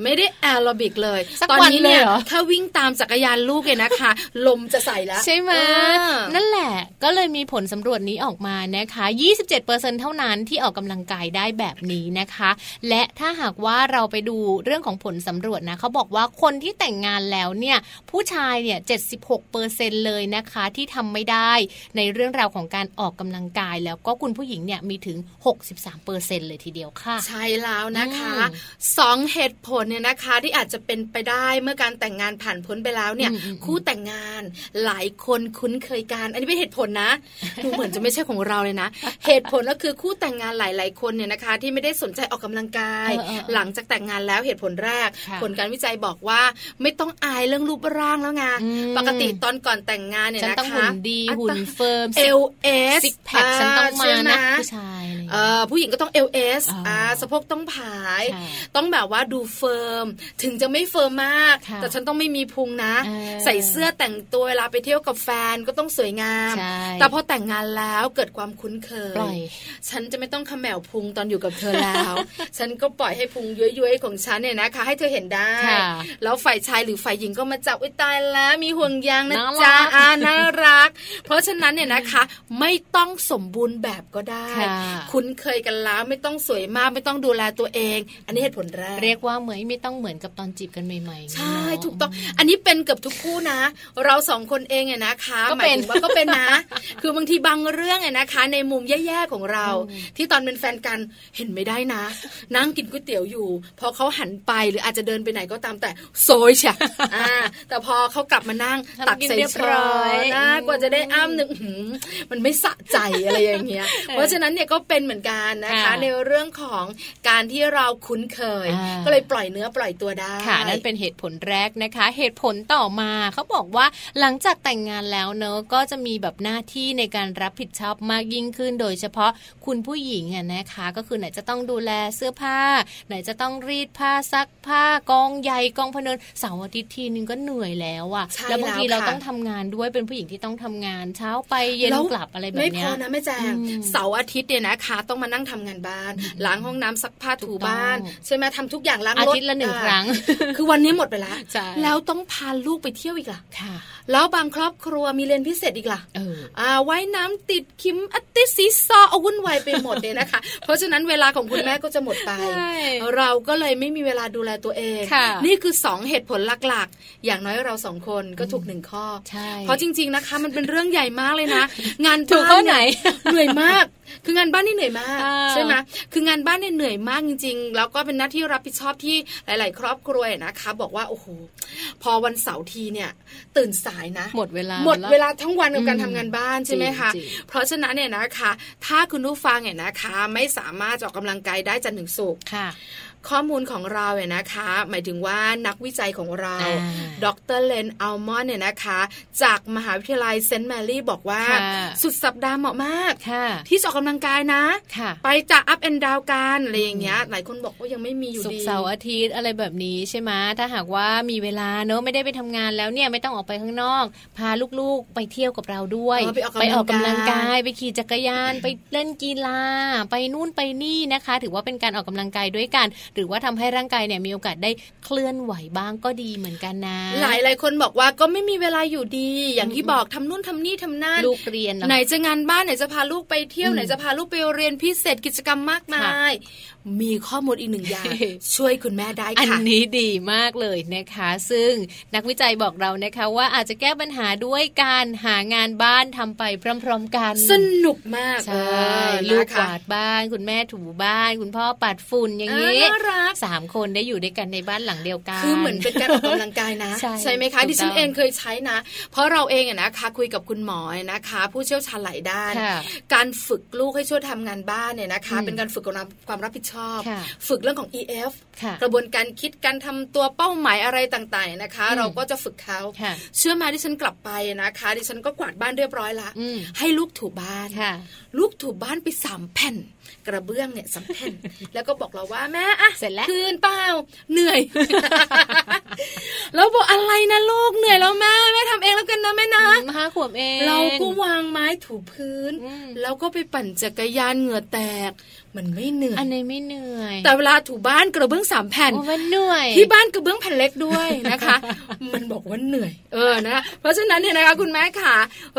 Speaker 3: ไม่ได้แอโรบิกเลย
Speaker 2: สัก
Speaker 3: ตอนนี้
Speaker 2: วันเลย
Speaker 3: เนี่ย
Speaker 2: เหรอ
Speaker 3: ถ้าวิ่งตามจักรยานลูกเนี่ยนะคะ ลมจะใส่แล้ว
Speaker 2: ใช่ไหม
Speaker 3: เออ
Speaker 2: นั่นแหละ ก็เลยมีผลสำรวจนี้ออกมานะคะ 27%เท่านั้นที่ออกกำลังกายได้แบบนี้นะคะ และถ้าหากว่าเราไปดูเรื่องของผลสำรวจนะเขาบอกว่าคนที่แต่งงานแล้วเนี่ยผู้ชายเนี่ย 76%เลยนะคะที่ทำไม่ได้ในเรื่องราวของการออกกำลังกาย แล้วก็คุณผู้หญิงเนี่ยมีถึง 63%เลยทีเดียวค่ะ
Speaker 3: ใช่แล้วนะคะ
Speaker 2: อืม
Speaker 3: สองเหตุผลเนี่ยนะคะที่อาจจะเป็นไปได้เมื่อการแต่งงานผ่านพ้นไปแล้วเนี่ย
Speaker 2: อืมอืม
Speaker 3: คู่แต่งงานหลายคนคุ้นเคยกัน อันนี้เป็นเหตุผลนะ ดูเหมือนจะไม่ใช่ของเรา
Speaker 2: (laughs)
Speaker 3: เลยนะ เหตุผลก็คือคู่แต่งงานหลาย ๆ คนเนี่ยนะคะ ที่ไม่ได้สนใจออกกำลังกาย
Speaker 2: เออเออเออ
Speaker 3: หลังจากแต่งงานแล้วเหตุผลแรก
Speaker 2: ค่ะ
Speaker 3: ผลการวิจัยบอกว่าไม่ต้องอายเรื่องรูปร่างแล้วไง
Speaker 2: อืม
Speaker 3: ปกติตอนก่อนแต่งงานเนี่ย
Speaker 2: ฉัน
Speaker 3: นะคะ
Speaker 2: ต้องหุ่นดีหุ่นเฟิร์ม
Speaker 3: เอลเอส
Speaker 2: ซิกแพคฉันต้องมานะผู้ชายอะไรอย่าง
Speaker 3: เอ
Speaker 2: เงี้ย
Speaker 3: อผู้หญิงก็ต้อง LS
Speaker 2: อ๋ออ่
Speaker 3: อ่าสะโพกต้องผาย
Speaker 2: ค่ะ
Speaker 3: ต้องแบบว่าดูเฟิร์ม ถึงจะไม่เฟิร์มมาก
Speaker 2: ค่ะ
Speaker 3: แต่ฉันต้องไม่มีพุงนะ
Speaker 2: เออ
Speaker 3: ใส่เสื้อแต่งตัวเวลาไปเที่ยวกับแฟนก็ต้องสวยงาม
Speaker 2: ใช่
Speaker 3: แต่พอแต่งงานแล้วเกิดความคุ้นเคย
Speaker 2: ปล่อย
Speaker 3: ฉันจะไม่ต้องเขมแหมวพุงตอนอยู่กับเธอแล้ว (laughs) ฉันก็ปล่อยให้พุงย้วยๆของฉันเนี่ยนะคะ ให้เธอเห็นได้
Speaker 2: ค่ะ
Speaker 3: แล้วฝ่ายชายหรือฝ่ายหญิงก็มาจับอุ้ยตายแล้ว มีห่วงยางนะ
Speaker 2: น่ารัก
Speaker 3: จ๊ะอ่า (laughs) น่ารัก เพราะฉะนั้นเนี่ยนะคะ
Speaker 2: (laughs)
Speaker 3: ไม่ต้องสมบูรณ์แบบก็ได้
Speaker 2: ค่ะ
Speaker 3: คุ้นเคยกันแล้วไม่ต้องสวยมากไม่ต้องดูแลตัวเอง อันนี้เหตุผลแรก
Speaker 2: เรียกว่าเหมือนไม่ต้องเหมือนกับตอนจีบกันใหม่ๆ
Speaker 3: ใช่
Speaker 2: เนะ
Speaker 3: ถูกต้อง อันนี้เป็นเกือบทุกคู่นะ เราสองคนเองเนี่ยนะคะ
Speaker 2: ก็
Speaker 3: ห
Speaker 2: เป็
Speaker 3: มาย
Speaker 2: น
Speaker 3: ถึงว่าก็เป็นนะ (laughs) คือบางทีบางเรื่องเนี่ยนะคะ ในมุมแย่ๆของเรา ที่ตอนเป็นแฟนกันเห็นไม่ได้นะ นั่งกินก๋วยเตี๋ยวอยู่ พอเขาหันไปหรืออาจจะเดินไปไหนก็ตามแต่โซยเชี (laughs) ยอ่าแต่พอเขากลับมานั่ง
Speaker 2: ทำ
Speaker 3: ตัก
Speaker 2: กิน
Speaker 3: ใส่
Speaker 2: เรียบร้
Speaker 3: ช้อ
Speaker 2: อย
Speaker 3: นนะ
Speaker 2: อืม
Speaker 3: กว่าจะได้อ้ามหนึ่งอื้อหือมันไม่สะใจอะไรอย่างเงี้ย (laughs) เพราะฉะนั้นเนี่ยก็เป็นเหมือนกันนะคะ
Speaker 2: ค่ะ
Speaker 3: ในเรื่องของการที่เราคุ้นเคย
Speaker 2: อ่า
Speaker 3: ก็เลยปล่อยเนื้อปล่อยตัวได้
Speaker 2: ค่ะนั่นเป็นเหตุผลแรกนะคะ เหตุผลต่อมาเขาบอกว่าหลังจากแต่งงานแล้วเนอะก็จะมีแบบหน้าที่ในการรับผิดชอบมากยิ่งขึ้น โดยเฉพาะคุณผู้หญิงอะนะคะ ก็คือไหนจะต้องดูแลเสื้อผ้า ไหนจะต้องรีดผ้าซักผ้ากองใยกองพะเนินเสาร์อาทิตย์ทีนึงก็เหนื่อยแล้วอะ
Speaker 3: ใช่
Speaker 2: แล้วบางที
Speaker 3: แล้
Speaker 2: เรา
Speaker 3: วค่ะ
Speaker 2: ต้องทำงานด้วยเป็นผู้หญิงที่ต้องทำงานเช้าไปเย็น
Speaker 3: แว
Speaker 2: กลับอะไรแบบ
Speaker 3: ไม่
Speaker 2: เนี้
Speaker 3: พ
Speaker 2: ย
Speaker 3: อนะแม่แจง
Speaker 2: อืม
Speaker 3: เสาร์อาทิตย์เนี่ยนะคะ ต้องมานั่งทำงานบ้านล้างห้องน้ำซักผ้า
Speaker 2: ถู
Speaker 3: ถู
Speaker 2: กต้อง
Speaker 3: บ้าน ใช่ไหมทำทุกอย่างล้างรถ
Speaker 2: อา
Speaker 3: อา
Speaker 2: ทิตย์ละหนึ่งครั้ง
Speaker 3: คือวันนี้หมดไปแล้ว
Speaker 2: ใช่
Speaker 3: แล้วต้องพาลูกไปเที่ยวอีกล่ะ
Speaker 2: ค่ะ
Speaker 3: แล้วบางครอบครัวมีเรียนพิเศษอีกล่ะ
Speaker 2: เออ
Speaker 3: อ่าว่ายน้ำติดคิมอัตติซีซอเอาวุ่นวายไปหมดเลยนะคะ
Speaker 2: (laughs)
Speaker 3: เพราะฉะนั้นเวลาของคุณแม่ก็จะหมดไป
Speaker 2: ใช่
Speaker 3: เราก็เลยไม่มีเวลาดูแลตัวเอง
Speaker 2: ค่ะ
Speaker 3: นี่คือสองเหตุผลหลักๆ อย่างน้อยเราสองคนก็ถูกหนึ่งข้อ
Speaker 2: ใช่
Speaker 3: เพราะจริง ๆ นะคะ มันเป็นเรื่องใหญ่มาก
Speaker 2: (laughs)
Speaker 3: เลยนะ งาน
Speaker 2: ถูก
Speaker 3: บ้า
Speaker 2: ข้อไหน (laughs)
Speaker 3: เยเหนื่อยมาก คืองานบ้านนี่เหนื่อยมาก
Speaker 2: อ่า
Speaker 3: ใช่ไหมคืองานบ้านเนี่ยเหนื่อยมากจริงๆ แล้วก็เป็นหน้าที่รับผิดชอบที่หลาย ๆ ครอบครัวนะคะ บอกว่าโอ้โหพอวันเสาร์ทีเนี่ย ตื่นสายนะ
Speaker 2: หมดเวลา
Speaker 3: หมด
Speaker 2: แ
Speaker 3: เวลาทั้งวันกับการ
Speaker 2: อืม
Speaker 3: ทำงานบ้านใช่ไหมคะ
Speaker 2: จริงๆ
Speaker 3: เพราะฉะนั้นเนี่ยนะคะ ถ้าคุณผู้ฟังเนี่ยนะคะ ไม่สามารถออกกำลังกายได้จันทร์ถึงศุกร์
Speaker 2: ค่ะ
Speaker 3: ข้อมูลของเราเนี่ยนะคะ หมายถึงว่านักวิจัยของเรา
Speaker 2: อ่า
Speaker 3: ดรเลนอัลมอนเนี่ยนะคะ จากมหาวิทยาลัยเซนต์แมรี่บอกว่า
Speaker 2: ค่ะ
Speaker 3: สุดสัปดาห์เหมาะมาก
Speaker 2: ค่ะ
Speaker 3: ที่จะออกกำลังกายนะ
Speaker 2: ค่ะ
Speaker 3: ไปจะอัพแอนด์ดาวกันอะไรอย่างเงี้ย หลายคนบอกว่ายังไม่มีอยู่
Speaker 2: ศุก
Speaker 3: ดี
Speaker 2: ร์เสาร์อาทิตย์อะไรแบบนี้ใช่ไหมถ้าหากว่ามีเวลาเนอะไม่ได้ไปทำงานแล้วเนี่ยไม่ต้องออกไปข้างนอก พาลูกๆไปเที่ยวกับเราด้วย
Speaker 3: เออไปออกกำ
Speaker 2: กำ
Speaker 3: ลัง
Speaker 2: ลังกาก
Speaker 3: าย ย
Speaker 2: ไปขี่จักร
Speaker 3: (coughs)
Speaker 2: ยานไปเล่นกีฬา ไปนู่นไปนี่นะคะ ถือว่าเป็นการออกกำลังกายด้วยกัน หรือว่าทำให้ร่างกายเนี่ยมีโอกาสได้เคลื่อนไหวบ้างก็ดีเหมือนกันนะ
Speaker 3: หลายหลายๆคนบอกว่าก็ไม่มีเวลาอยู่ดี อย่างที่
Speaker 2: อืม
Speaker 3: บอกทำนู่นทำนี่ทำนั่น
Speaker 2: ลูกเรียนเนอะ
Speaker 3: ไหนจะงานบ้านไหนจะพาลูกไปเที่ยว
Speaker 2: อืม
Speaker 3: ไหนจะพาลูกไปเรียนพิเศษกิจกรรมมากมาย มีข้อมูลอีกหนึ่ง
Speaker 2: (laughs)
Speaker 3: อย่าง
Speaker 2: เฮ้
Speaker 3: ช่วยคุณแม่ได้
Speaker 2: อัน
Speaker 3: ค่ะ
Speaker 2: นี้ดีมากเลยนะคะ ซึ่งนักวิจัยบอกเรานะคะ ว่าอาจจะแก้ปัญหาด้วยการหางานบ้านทำไปพร้อมๆกัน
Speaker 3: สนุกมาก
Speaker 2: ใช่
Speaker 3: เออ
Speaker 2: ลูก
Speaker 3: นะ
Speaker 2: ก
Speaker 3: คะ
Speaker 2: วาดบ้านคุณแม่ถูบ้าน คุณพ่อปัดฝุ่นอย่าง
Speaker 3: อ่า
Speaker 2: นี้
Speaker 3: น่ารัก
Speaker 2: สามคนได้อยู่ด้วยกันในบ้านหลังเดียวกัน
Speaker 3: คือเหมือนเป็นการออกกำลังกายนะ
Speaker 2: ใช่
Speaker 3: ใช่ไหมคะ
Speaker 2: ถูกต้อง
Speaker 3: ดิฉันเองเคยใช้นะ เพราะเราเองอะนะคะคุยกับคุณหมอนะคะ ผู้เชี่ยวชาญหลายด้าน
Speaker 2: ค่ะ
Speaker 3: การฝึกลูกให้ช่วยทำงานบ้านเนี่ยนะคะ
Speaker 2: อืม
Speaker 3: เป็นการฝึกความรับความรับผิดชอบ
Speaker 2: ค่ะ
Speaker 3: ฝึกเรื่องของ EF
Speaker 2: ค่ะ
Speaker 3: กระบวนการคิดการทำตัวเป้าหมายอะไรต่างๆเนี่ยนะคะ
Speaker 2: อืม
Speaker 3: เราก็จะฝึกเขา
Speaker 2: ค่ะ
Speaker 3: เชื่อมาดิฉันกลับไปนะคะ ดิฉันก็กวาดบ้านเรียบร้อยละ
Speaker 2: อืม
Speaker 3: ให้ลูกถูบ้าน
Speaker 2: ค่ะ
Speaker 3: ลูกถูบ้านไปสามแผ่น กระเบื้องเนี่ยสาม
Speaker 2: (laughs)
Speaker 3: แผ่น แล้วก็บอกเราว่าแม่อะ
Speaker 2: เสร็จแล้ว
Speaker 3: คืนเปล่าเหนื่อย (laughs) แล้วบอกอะไรนะลูกเหนื่อยแล้วแม่แม่ทำเองแล้วกันนะแม่นะ
Speaker 2: ห้าขวบเอง
Speaker 3: เราก็วางไม้ถูพื้น
Speaker 2: อืม
Speaker 3: แล้วก็ไปปั่นจักรยานเหงื่อแตก มันไม่เหนื่อย
Speaker 2: อันนี้ไม่เหนื่อย
Speaker 3: แต่เวลาถูบ้านกระเบื้องสามแผ่น
Speaker 2: โอ้มันเหนื่อย
Speaker 3: ที่บ้านกระเบื้องแผ่นเล็กด้วยนะคะ มันบอกว่าเหนื่อย เออนะ เพราะฉะนั้นเนี่ยนะคะคุณแม่ค่ะ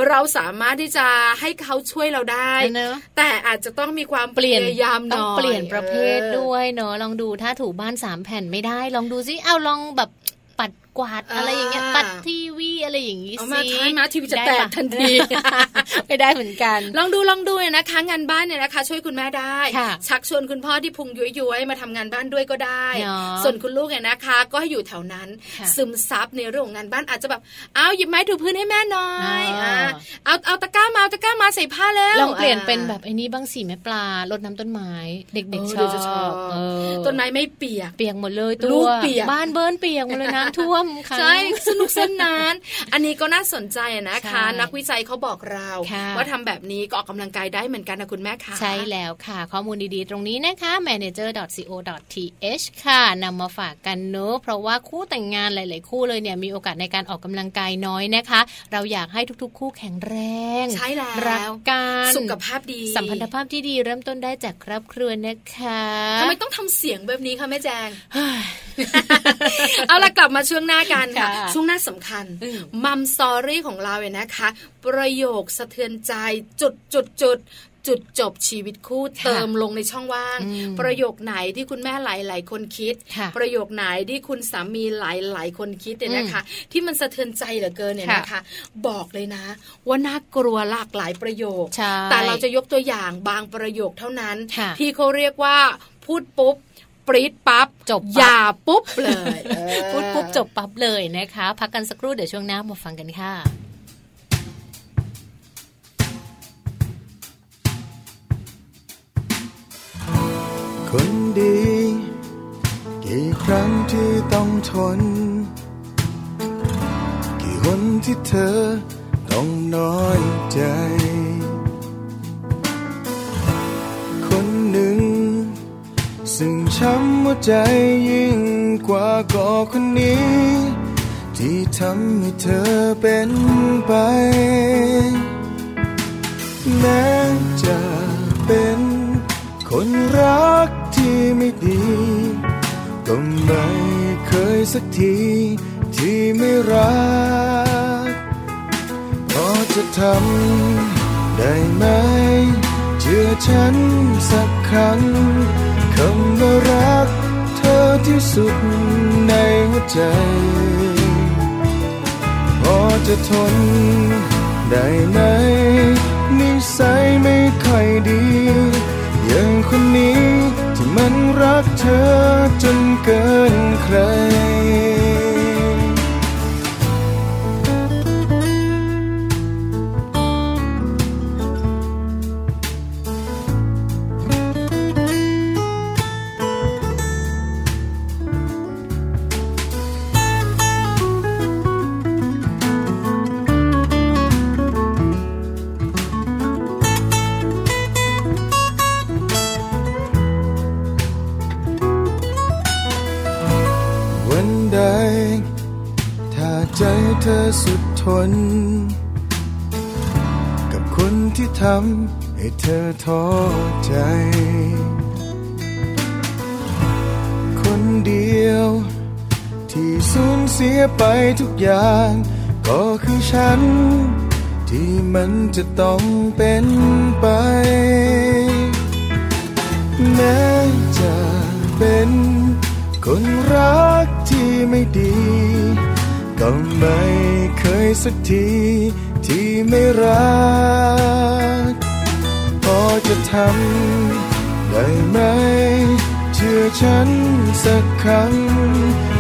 Speaker 3: เราสามารถที่จะให้เขาช่วยเราได้
Speaker 2: เนอะ
Speaker 3: แต่อาจจะต้องมีความ
Speaker 2: เปลี่ยน
Speaker 3: พยายามห
Speaker 2: ต้
Speaker 3: น่
Speaker 2: อง
Speaker 3: อย
Speaker 2: เปลี่ยนประเภท
Speaker 3: ออ
Speaker 2: ด้วยเนอะลองดูถ้าถูบ้านสามแผ่นไม่ได้ ลองดูซิเอาลองแบบปัดกวาด
Speaker 3: อ่า
Speaker 2: อะไรอย่างเงี้ยปัดทีวีอะไรอย่างงี้
Speaker 3: เอา
Speaker 2: สิ
Speaker 3: มาท้ายมาทีวีจะแต
Speaker 2: ได้
Speaker 3: ก
Speaker 2: ป
Speaker 3: ทันที
Speaker 2: ไม่ได้เหมือนกัน
Speaker 3: ลองดูลองดูเนี่ยนะคะ งานบ้านเนี่ยนะคะ ช่วยคุณแม่ได้
Speaker 2: ค่ะ
Speaker 3: ชักชวนคุณพ่อที่พุงย้วยๆมาทำงานบ้านด้วยก็ได้
Speaker 2: เนาะ
Speaker 3: ส่วนคุณลูกเนี่ยนะคะ ก็ให้อยู่แถวนั้น
Speaker 2: ค่ะ
Speaker 3: ซึมซับในเรื่องของงานบ้านอาจจะแบบเอาหยิบไม้ถูพื้นให้แม่หน่อย
Speaker 2: อ่า
Speaker 3: อ่ะเอาเอาตะกร้ามาเอาตะกร้ามาใส่ผ้าแล้ว
Speaker 2: ลองเปลี่ยนเป็น
Speaker 3: อ่า
Speaker 2: แบบไอ้นี้บ้างสิแม่ปลารดน้ำต้นไม้ เด็กๆช
Speaker 3: เดี๋
Speaker 2: อ
Speaker 3: ยว
Speaker 2: บ
Speaker 3: จะ
Speaker 2: เออ
Speaker 3: ต้นไม้ไม่เปียก
Speaker 2: เปียกหมดเลยตัว
Speaker 3: ลูกเปียก
Speaker 2: บ้านเบิ้ลเปียกหมดเลยน้ำท่วมค่ะ
Speaker 3: ใช่สนุกสนาน อันนี้ก็น่าสนใจอะนะคะ
Speaker 2: ใช่
Speaker 3: นักวิจัยเขาบอกเรา
Speaker 2: ค่ะ
Speaker 3: ว่าทำแบบนี้ก็ออกกำลังกายได้เหมือนกันนะคุณแม่ค่ะ
Speaker 2: ใช่แล้วค่ะ ข้อมูลดีๆ ตรงนี้นะคะ manager.co.th ค่ะนำมาฝากกันเนอะเพราะว่าคู่แต่งงานหลาย ๆ คู่เลยเนี่ยมีโอกาสในการออกกำลังกายน้อยนะคะ เราอยากให้ทุกๆ คู่แข็งแรง
Speaker 3: ใช่แล้ว
Speaker 2: รักกัน
Speaker 3: สุขภาพดี
Speaker 2: สัมพันธภาพที่ดีเริ่มต้นได้จากครอบครัวนะคะ
Speaker 3: ทำไมต้องทำเสียงแบบนี้คะแม่แจง (laughs) เอาละกลับมาช่วงหน้ากันค่ะ
Speaker 2: ค่ะ
Speaker 3: ช่วงหน้าสำคัญ
Speaker 2: อืม
Speaker 3: มัมสอรี่ของเราเนี่ยนะคะ ประโยคสะเทือนใจจุดจุดจุดจุดจบชีวิตคู่
Speaker 2: ค่ะ
Speaker 3: เติมลงในช่องว่าง
Speaker 2: อืม
Speaker 3: ประโยคไหนที่คุณแม่หลาย ๆ คนคิด
Speaker 2: ค่ะ
Speaker 3: ประโยคไหนที่คุณสามีหลาย ๆ คนคิดเนี่ยนะคะ ที่มันสะเทือนใจเหลือเกินเนี่ย
Speaker 2: ค่ะ
Speaker 3: นะคะ บอกเลยนะ ว่าน่ากลัวหลากหลายประโยค
Speaker 2: ใช่
Speaker 3: แต่เราจะยกตัวอย่างบางประโยคเท่านั้น
Speaker 2: ค่ะ
Speaker 3: ที่ ที่เขาเรียกว่าพูดปุ๊บ ปรีดปับ๊บ
Speaker 2: จบปั๊บ
Speaker 3: อย่าปุ๊บเลยเออ
Speaker 2: พูดปุ๊บจบปั๊บเลยนะคะ พักกันสักครู่เดี๋ยวช่วงหน้ามาฟังกันค่ะ
Speaker 5: คนดี กี่ครั้งที่ต้องทน กี่หนที่เธอต้องน้อยใจ คนหนึ่ง ซึ่งช้ำหัวใจยิ่งกว่าก่อคนนี้ ที่ทำให้เธอเป็นไป แม้จะเป็นคนรักที่ไม่ดี ก็ไม่เคยสักทีที่ไม่รัก พอจะทำได้ไหม เชื่อฉันสักครั้งคำว่ารักเธอที่สุดในหัวใจ พอจะทน ได้ไหมนิสัยไม่ค่อยดี อย่างคนนี้ที่มันรักเธอจนเกินใคร วันใด ถ้าใจเธอสุดทน กับคนที่ทำให้เธอท้อใจ คนเดียว ที่สูญเสียไปทุกอย่าง ก็คือฉัน ที่มันจะต้องเป็นไป แม้จะเป็นคนรักที่ไม่ดี ก็ไม่เคยสักทีที่ไม่รัก พอจะทำได้ไหม เชื่อฉันสักครั้ง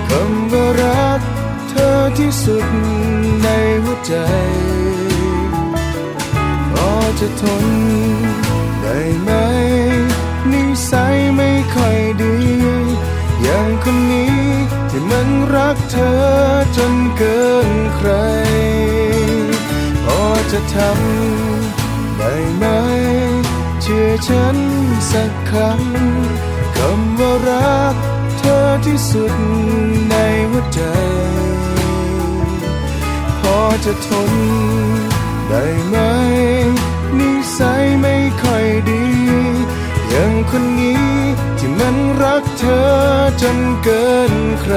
Speaker 5: คำว่ารักเธอที่สุดในหัวใจ พอจะทนได้ไหม นิสัยไม่ค่อยดี อย่างคนนี้ที่มันรักเธอจนเกินใคร พอจะทำได้ไหม เชื่อฉันสักครั้งคำว่ารักเธอที่สุดในหัวใจ พอจะทนได้ไหม นิสัยไม่ค่อยดี อย่างคนนี้ที่มันรักเธอจนเกินใคร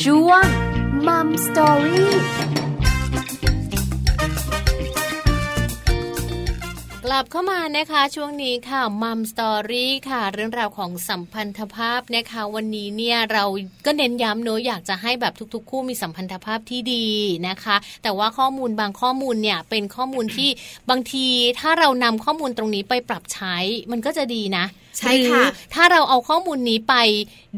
Speaker 6: ช่วงมัมสตอรี่
Speaker 2: กลับเข้ามานะคะช่วงนี้ค่ะมัมสตอรี่ค่ะ เรื่องราวของสัมพันธภาพนะคะ วันนี้เนี่ยเราก็เน้นย้ำเนอะอยากจะให้แบบทุกๆ คู่มีสัมพันธภาพที่ดีนะคะ แต่ว่าข้อมูลบางข้อมูลเนี่ยเป็นข้อมูลที่บางทีถ้าเรานำข้อมูลตรงนี้ไปปรับใช้ มันก็จะดีนะ
Speaker 3: ใช่ค่ะ
Speaker 2: หรือถ้าเราเอาข้อมูลนี้ไป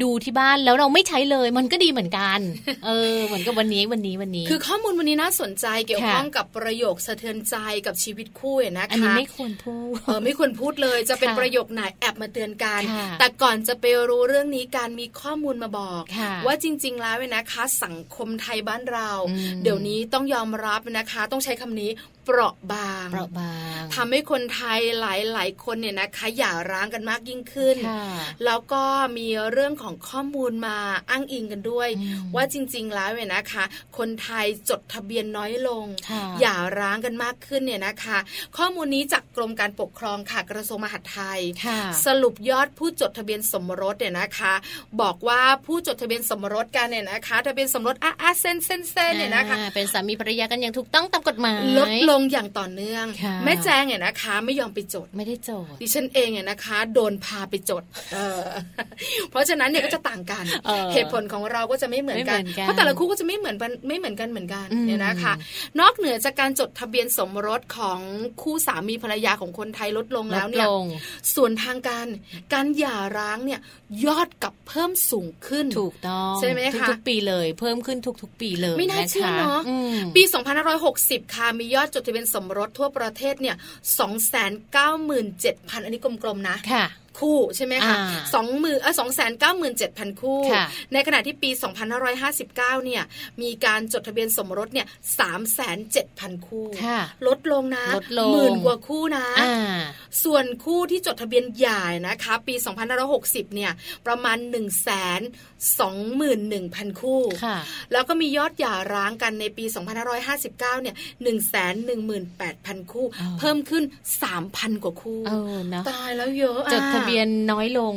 Speaker 2: ดูที่บ้านแล้วเราไม่ใช้เลย มันก็ดีเหมือนกัน เออเหมือนกับวันนี้วันนี้วันนี้
Speaker 3: คือข้อมูลวันนี้น่าสนใจเกี่ยว
Speaker 2: ค่ะ
Speaker 3: ข้องกับประโยคสะเทือนใจกับชีวิตคู่เนยนะคะ
Speaker 2: อันนี้ไม่ควรพูด
Speaker 3: เออไม่ควรพูดเลยจะเป็น
Speaker 2: ค่ะ
Speaker 3: ประโยคไหนแอบมาเตือนกัน
Speaker 2: ค่ะ
Speaker 3: แต่ก่อนจะไปรู้เรื่องนี้การมีข้อมูลมาบอก
Speaker 2: ค่ะ
Speaker 3: ว่าจริง ๆ แล้วเนี่ยนะคะ สังคมไทยบ้านเรา
Speaker 2: อืม
Speaker 3: เดี๋ยวนี้ต้องยอมรับนะคะ ต้องใช้คำนี้เปราะบาง
Speaker 2: เปราะบาง
Speaker 3: ทำให้คนไทยหลาย ๆ คนเนี่ยนะคะหย่าร้างกันมากยิ่งขึ้น
Speaker 2: ค่ะ
Speaker 3: แล้วก็มีเรื่องของข้อมูลมาอ้างอิงกันด้วย
Speaker 2: อืม
Speaker 3: ว่าจริง ๆ แล้วเนี่ยนะคะ คนไทยจดทะเบียนน้อยลง
Speaker 2: ค่ะ
Speaker 3: อย่าร้างกันมากขึ้นเนี่ยนะคะ ข้อมูลนี้จากกรมการปกครองค่ะกระทรวงมหาดไทย
Speaker 2: ค่ะ
Speaker 3: สรุปยอดผู้จดทะเบียนสมรสเนี่ยนะคะ บอกว่าผู้จดทะเบียนสมรสกันเนี่ยนะคะทะเบียนสมรสอ่ะอ่ะเส้นเส้นเส้นเนี่ยนะคะ
Speaker 2: อ่าเป็นสามีภรรยากันอย่างถูกต้องตามกฎหมาย
Speaker 3: ลดลงอย่างต่อเนื่อง
Speaker 2: ค่ะ
Speaker 3: แม่แจงเนี่ยนะคะ ไม่ยอมไปจด
Speaker 2: ไม่ได้โจทย์
Speaker 3: ดิฉันเองเนี่ยนะคะ โดนพาไปจด เออ (laughs) เพราะฉะนั้นเนี่ยก็จะต่างกัน
Speaker 2: เออ
Speaker 3: ตุผลของเราก็จะไม่เหมือนกั
Speaker 2: ไม่
Speaker 3: น
Speaker 2: เหมือนกัน
Speaker 3: เพราะแต่ละคู่ก็จะไม่เหมือนกันไม่เหมือนกันเหมือนกัน
Speaker 2: อืม
Speaker 3: เนี่ยนะคะ นอกเหนือจากการจดทะเบียนสมรสของคู่สามีภรรยาของคนไทยลดลง
Speaker 2: ล
Speaker 3: แล้ว
Speaker 2: ด
Speaker 3: เนี่
Speaker 2: ล
Speaker 3: ย
Speaker 2: ง
Speaker 3: ส่วนทางการการหย่าร้างเนี่ยยอดกลับเพิ่มสูงขึ้น
Speaker 2: ถูกต้อง
Speaker 3: ใช่ไหมคะ
Speaker 2: ทุกๆปีเลย เพิ่มขึ้นทุกๆ ปีเลย
Speaker 3: ไม่น่าเชื่อเนาะ
Speaker 2: คอืม
Speaker 3: ปี 2560 ค่ะ มียอดจดทะเบียนสมรสทั่วประเทศเนี่ย297,000 อันนี้กลมๆนะ
Speaker 2: ค่ะ
Speaker 3: คู่ใช่ไหมคะ
Speaker 2: อ่า
Speaker 3: สองหมื่นเออสองแสนเก้าหมื่นเจ็ดพันคู่
Speaker 2: ค่ะ
Speaker 3: ในขณะที่ปี 2559 เนี่ย มีการจดทะเบียนสมรสเนี่ยสามแสนเจ็ดพันคู่
Speaker 2: ค่ะ
Speaker 3: ลดลงนะ
Speaker 2: ลดลง
Speaker 3: หมื่นกว่าคู่นะ
Speaker 2: อ่า
Speaker 3: ส่วนคู่ที่จดทะเบียนหย่านะคะ ปี2560 เนี่ย ประมาณ 1 2 1 0 0 0 คู่
Speaker 2: ค่ะ
Speaker 3: แล้วก็มียอดหย่าร้างกันในปี 2559 เนี่ย 1 1 8 0 0 0 คู่
Speaker 2: อ๋อ
Speaker 3: เพิ่มขึ้น 3,000 กว่าคู่
Speaker 2: เออเนอะ
Speaker 3: ตายแล้วเยอะอ
Speaker 2: จดทะเบียนน้อยลง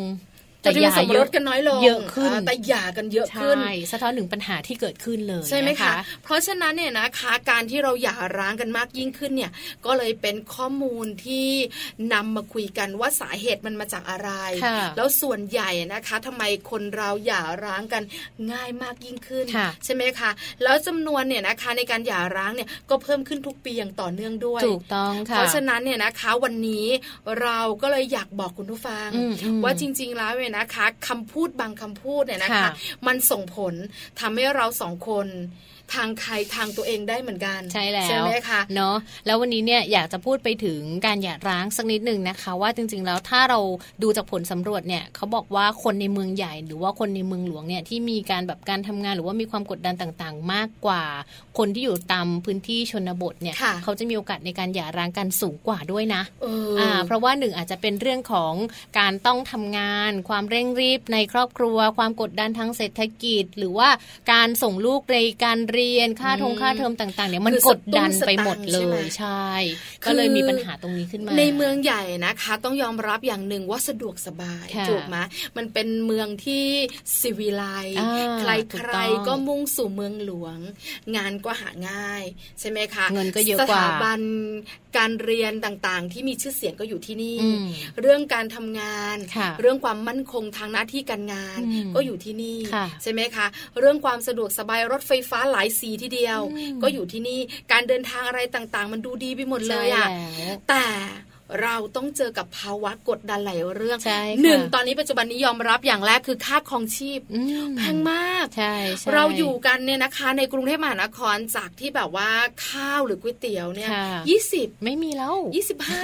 Speaker 3: จดทะเบียนสมรสกันน้อยลง
Speaker 2: เยอะขึ้น
Speaker 3: าแต่หย่ากันเยอะ
Speaker 2: ใช
Speaker 3: ขึ้น
Speaker 2: ่สะท้อนถึงปัญหาที่เกิดขึ้นเลย
Speaker 3: ใช่ไหม
Speaker 2: น
Speaker 3: คะ เพราะฉะนั้นเนี่ยนะคะการที่เราหย่าร้างกันมากยิ่งขึ้นเนี่ยก็เลยเป็นข้อมูลที่นำมาคุยกันว่าสาเหตุมันมาจากอะไร
Speaker 2: ค่ะ
Speaker 3: แล้วส่วนใหญ่นะคะทำไมคนเราหย่าร้างกันง่ายมากยิ่งขึ้น
Speaker 2: ค่ะ
Speaker 3: ใช่ไหมคะแล้วจำนวนเนี่ยนะคะในการหย่าร้างเนี่ยก็เพิ่มขึ้นทุกปีอย่างต่อเนื่องด้วย
Speaker 2: ถูกต้องค่ะ
Speaker 3: เพราะฉะนั้นเนี่ยนะคะวันนี้เราก็เลยอยากบอกคุณผู้ฟัง
Speaker 2: อืมอืม
Speaker 3: ว่าจริง ๆ แล้วเนี่ยนะคะคำพูดบางคำพูดเนี่ยนะคะ
Speaker 2: ค่ะ
Speaker 3: มันส่งผลทำให้เราสองคนทางใครทางตัวเองได้เหมือนกัน
Speaker 2: ใช่แล้ว
Speaker 3: ใช่ไหมคะ
Speaker 2: เนาะแล้ววันนี้เนี่ยอยากจะพูดไปถึงการหย่าร้างสักนิดหนึ่งนะคะ ว่าจริงๆแล้วถ้าเราดูจากผลสำรวจเนี่ยเขาบอกว่าคนในเมืองใหญ่ หรือว่าคนในเมืองหลวงเนี่ยที่มีการแบบการทำงานหรือว่ามีความกดดันต่างๆ มากกว่า คนที่อยู่ตามพื้นที่ชนบทเนี่ย
Speaker 3: ค่ะ
Speaker 2: เขาจะมีโอกาสในการหย่าร้างกันสูงกว่าด้วยนะ
Speaker 3: เออ
Speaker 2: อ่าเพราะว่าหนึ่งอาจจะเป็นเรื่องของการต้องทำงาน ความเร่งรีบในครอบครัว ความกดดันทางเศรษฐกิจ หรือว่าการส่งลูกในการเรียนค่าทงค่าเทอมต่างๆเนี่ยมันกดดันไปหมดเลยใช่ ก็เลยมีปัญหาตรงนี้ขึ้นมา
Speaker 3: ในเมืองใหญ่นะคะ ต้องยอมรับอย่างหนึ่งว่าสะดวกสบาย
Speaker 2: ค่ะ
Speaker 3: ถูกไหมมันเป็นเมืองที่สิวิไลซ์
Speaker 2: อ่า
Speaker 3: ใคร
Speaker 2: ถู
Speaker 3: ใค
Speaker 2: ก
Speaker 3: ร
Speaker 2: ต้อง
Speaker 3: ก็มุ่งสู่เมืองหลวง งานก็หาง่าย ใช่ไหมคะ
Speaker 2: เงินก็เยอะกว่า
Speaker 3: สถาบันการเรียนต่างๆ ที่มีชื่อเสียงก็อยู่ที่นี่
Speaker 2: อืม
Speaker 3: เรื่องการทำงาน
Speaker 2: ค่ะ
Speaker 3: เรื่องความมั่นคงทางหน้าที่การงาน
Speaker 2: อืม
Speaker 3: ก็อยู่ที่นี่
Speaker 2: ค่ะ
Speaker 3: ใช่ไหมคะ เรื่องความสะดวกสบายรถไฟฟ้าหลายสีทีเดียว
Speaker 2: อืม
Speaker 3: ก็อยู่ที่นี่การเดินทางอะไรต่างๆ มันดูดีไปหมดเลยอะ
Speaker 2: ใช่แล้ว
Speaker 3: แต่เราต้องเจอกับภาวะกดดันหลายเรื่อง
Speaker 2: ใช่ค่ะ
Speaker 3: หนึ่งตอนนี้ปัจจุบันนี้ยอมรับอย่างแรกคือค่าครองชีพ
Speaker 2: อืม
Speaker 3: แพงมาก
Speaker 2: ใช่ใช่
Speaker 3: เราอยู่กันเนี่ยนะคะ ในกรุงเทพมหานครจากที่แบบว่าข้าวหรือก๋วยเตี๋ยวเนี่ย
Speaker 2: ค่ะ
Speaker 3: ยี่สิบ
Speaker 2: ไม่มีแล้ว
Speaker 3: ยี่สิบห้า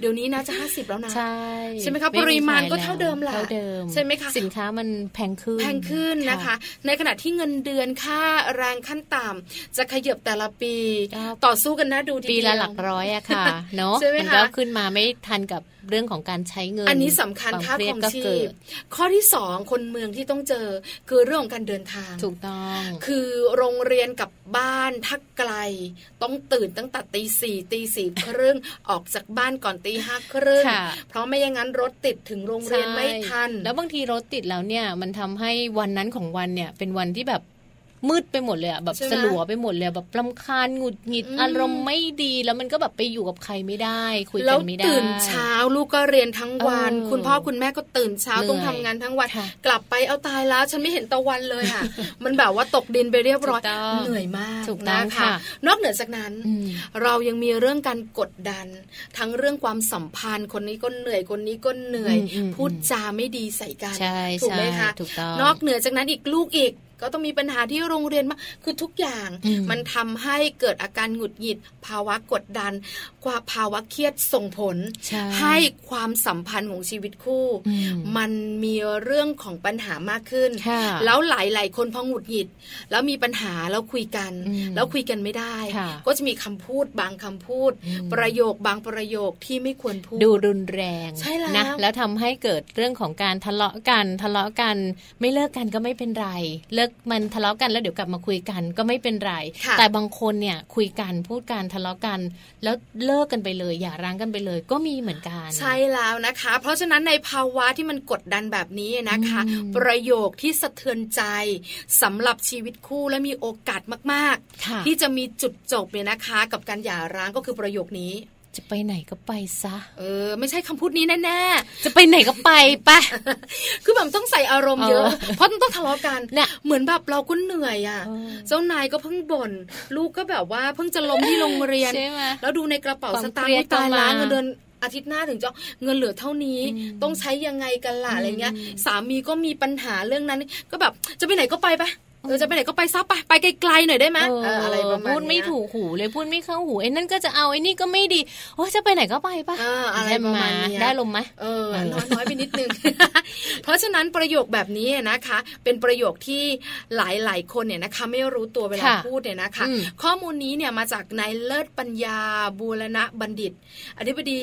Speaker 3: เดี๋ยวนี้นะจะห้าสิบแล้วนะ
Speaker 2: ใช่
Speaker 3: ใช่ไหมคะ
Speaker 2: ไ
Speaker 3: ปริมาณ
Speaker 2: ใช้
Speaker 3: ก็เท่าเดิมแหละ
Speaker 2: เท่าเดิม
Speaker 3: ใช่ไหมคะ
Speaker 2: สินค้ามันแพงขึ้น
Speaker 3: แพงขึ้นนะคะ ในขณะที่เงินเดือนค่าแรงขั้นต่ำจะขยับแต่ละปี ต่อสู้กันนะดูที
Speaker 2: ปี
Speaker 3: เดียว
Speaker 2: ละหลักร้อยอะค่ะ เนาะ
Speaker 3: ใช่ไหม
Speaker 2: มั
Speaker 3: คะ
Speaker 2: ก็ขึ้นมาไม่ทันกับเรื่องของการใช้เงิน
Speaker 3: อันนี้สำคัญ
Speaker 2: วม
Speaker 3: ค่า
Speaker 2: เรีย
Speaker 3: คร
Speaker 2: ด
Speaker 3: อง
Speaker 2: ก็
Speaker 3: ชี
Speaker 2: เกิ
Speaker 3: พ
Speaker 2: ด
Speaker 3: ข้อที่สองคนเมืองที่ต้องเจอคือเรื่องของการเดินทาง
Speaker 2: ถูกต้อง
Speaker 3: คือโรงเรียนกับบ้านถ้าไกล ต้องตื่นตั้งแต่ตีสี่ตีสี่ครึ่ง ออกจากบ้านก่อนตีห้าครึ่ง
Speaker 2: ค่ะ
Speaker 3: เพราะไม่อย่างนั้นรถติดถึงโรงเรียนไม่ทัน
Speaker 2: ใช่แล้วบางทีรถติดแล้วเนี่ย มันทำให้วันนั้นของวันเนี่ย เป็นวันที่แบบมืดไปหมดเลยอะแบบ
Speaker 3: ใช่ไหม
Speaker 2: สลัวไปหมดเลยอะแบบลำคาญหงุดหงิด
Speaker 3: อืม
Speaker 2: อารมณ์ไม่ดีแล้วมันก็แบบไปอยู่กับใครไม่ได้ คุย
Speaker 3: แล้
Speaker 2: กั
Speaker 3: วน
Speaker 2: ไม่ได้
Speaker 3: ตื่นเช้าลูกก็เรียนทั้งวัน
Speaker 2: เออ
Speaker 3: คุณพ่อคุณแม่ก็ตื่นเช้า
Speaker 2: เหนื่อย
Speaker 3: ต้องทำงานทั้งวัน
Speaker 2: ค่ะ
Speaker 3: กลับไปเอาตายแล้ว ฉันไม่เห็นตะวันเลยค่ะ มันแบบว่าตกดินไปเรียบร้อย
Speaker 2: ถูกต้อง
Speaker 3: เหนื่อยมาก
Speaker 2: ถูกต้อง
Speaker 3: นะ
Speaker 2: ค่ะ
Speaker 3: นอกเหนือจากนั้น
Speaker 2: อืม
Speaker 3: เรายังมีเรื่องการกดดัน ทั้งเรื่องความสัมพันธ์ คนนี้ก็เหนื่อยคนนี้ก็เหนื่อย
Speaker 2: อืมอืมอืม
Speaker 3: พูดจาไม่ดีใส่กัน
Speaker 2: ใช่
Speaker 3: ถูก
Speaker 2: ใช่
Speaker 3: ไหมคะ
Speaker 2: ถูกต้อง
Speaker 3: นอกเหนือจากนั้นอีกลูกอีก ก็ต้องมีปัญหาที่โรงเรียนมากคือทุกอย่าง
Speaker 2: อืม
Speaker 3: มันทำให้เกิดอาการหงุดหงิด ภาวะกดดันกว่าภาวะเครียดส่งผล
Speaker 2: ใช่
Speaker 3: ให้ความสัมพันธ์ของชีวิตคู่
Speaker 2: อืม
Speaker 3: มันมีเรื่องของปัญหามากขึ้น
Speaker 2: ค่ะ
Speaker 3: แล้วหลาย ๆ คนพอหงุดหงิด แล้วมีปัญหาแล้วคุยกัน
Speaker 2: อืม
Speaker 3: แล้วคุยกันไม่ได้
Speaker 2: ค่ะ
Speaker 3: ก็จะมีคำพูดบางคำพูด
Speaker 2: อืม
Speaker 3: ประโยคบางประโยคที่ไม่ควรพูด
Speaker 2: ดูรุนแรง
Speaker 3: ใช่แล้ว
Speaker 2: นะแล้วทำให้เกิดเรื่องของการทะเลาะกันทะเลาะกัน ไม่เลิกกันก็ไม่เป็นไร เลิกมันทะเลาะกันแล้วเดี๋ยวกลับมาคุยกันก็ไม่เป็นไร
Speaker 3: ค่ะ
Speaker 2: แต่บางคนเนี่ยคุยกันพูดกันทะเลาะกัน แล้วเลิกกันไปเลยอย่าร้างกันไปเลย ก็มีเหมือนกัน
Speaker 3: ใช่แล้วนะคะ เพราะฉะนั้นในภาวะที่มันกดดันแบบนี้นะคะ
Speaker 2: อืม
Speaker 3: ประโยคที่สะเทือนใจสำหรับชีวิตคู่และมีโอกาสมาก
Speaker 2: ค่ะ
Speaker 3: ๆ ที่จะมีจุดจบเนี่ยนะคะ กับการหย่าร้างก็คือประโยคนี้
Speaker 2: จะไปไหนก็ไปซะ
Speaker 3: เออไม่ใช่คำพูดนี้แน่
Speaker 2: จะไปไหนก็ไปปะ
Speaker 3: ๆ คือแบบต้องใส่อารมณ์เยอะ
Speaker 2: เออ
Speaker 3: เพราะมันต้องทะเลาะกัน
Speaker 2: เนี่ย
Speaker 3: เหมือนแบบเราก็เหนื่อยอ่ะ เจ้านายก็เพิ่งบ่นลูกก็แบบว่าเพิ่งจะล้มที่โรงเรียน
Speaker 2: ใช่ไหม
Speaker 3: แล้วดูในกระเป๋า
Speaker 2: ความ
Speaker 3: สตา
Speaker 2: เค
Speaker 3: ง
Speaker 2: รี
Speaker 3: ค์
Speaker 2: ยด
Speaker 3: อุ๊ยตาย
Speaker 2: ก็มา
Speaker 3: ล้านเงินเดือนอาทิตย์หน้าถึงจะเงินเหลือเท่านี้
Speaker 2: อืม
Speaker 3: ต้องใช้ยังไงกันล่ะ
Speaker 2: อืม
Speaker 3: อะไรเงี้ย สามีก็มีปัญหาเรื่องนั้น ก็แบบจะไปไหนก็ไปไปะเออจะไปไหนก็ไปซะไปะไปไกลๆหน่อยได้ไหมเอออะไรประมาณ
Speaker 2: พูดไม่
Speaker 3: เนี้ย
Speaker 2: ถูกหูเลยพูดไม่เข้าหูไอ้นั่นก็จะเอาไอ้นี่ก็ไม่ดีโอ้จะไปไหนก็ไปปะ
Speaker 3: เอออะไรประมาณเนี้ย
Speaker 2: ได้ลมไหม
Speaker 3: เออ
Speaker 2: เออ
Speaker 3: น้อยน้อยไปนิดนึง (laughs) เพราะฉะนั้นประโยคแบบนี้นะคะ เป็นประโยคที่หลายหลายๆคนเนี่ยนะคะ ไม่รู้ตัวเวลา
Speaker 2: ค่ะ
Speaker 3: พูดเนี่ยนะคะ
Speaker 2: อืม
Speaker 3: ข้อมูลนี้เนี่ยมาจากนายเลิศปัญญาบูรณะบัณฑิต อธิบดี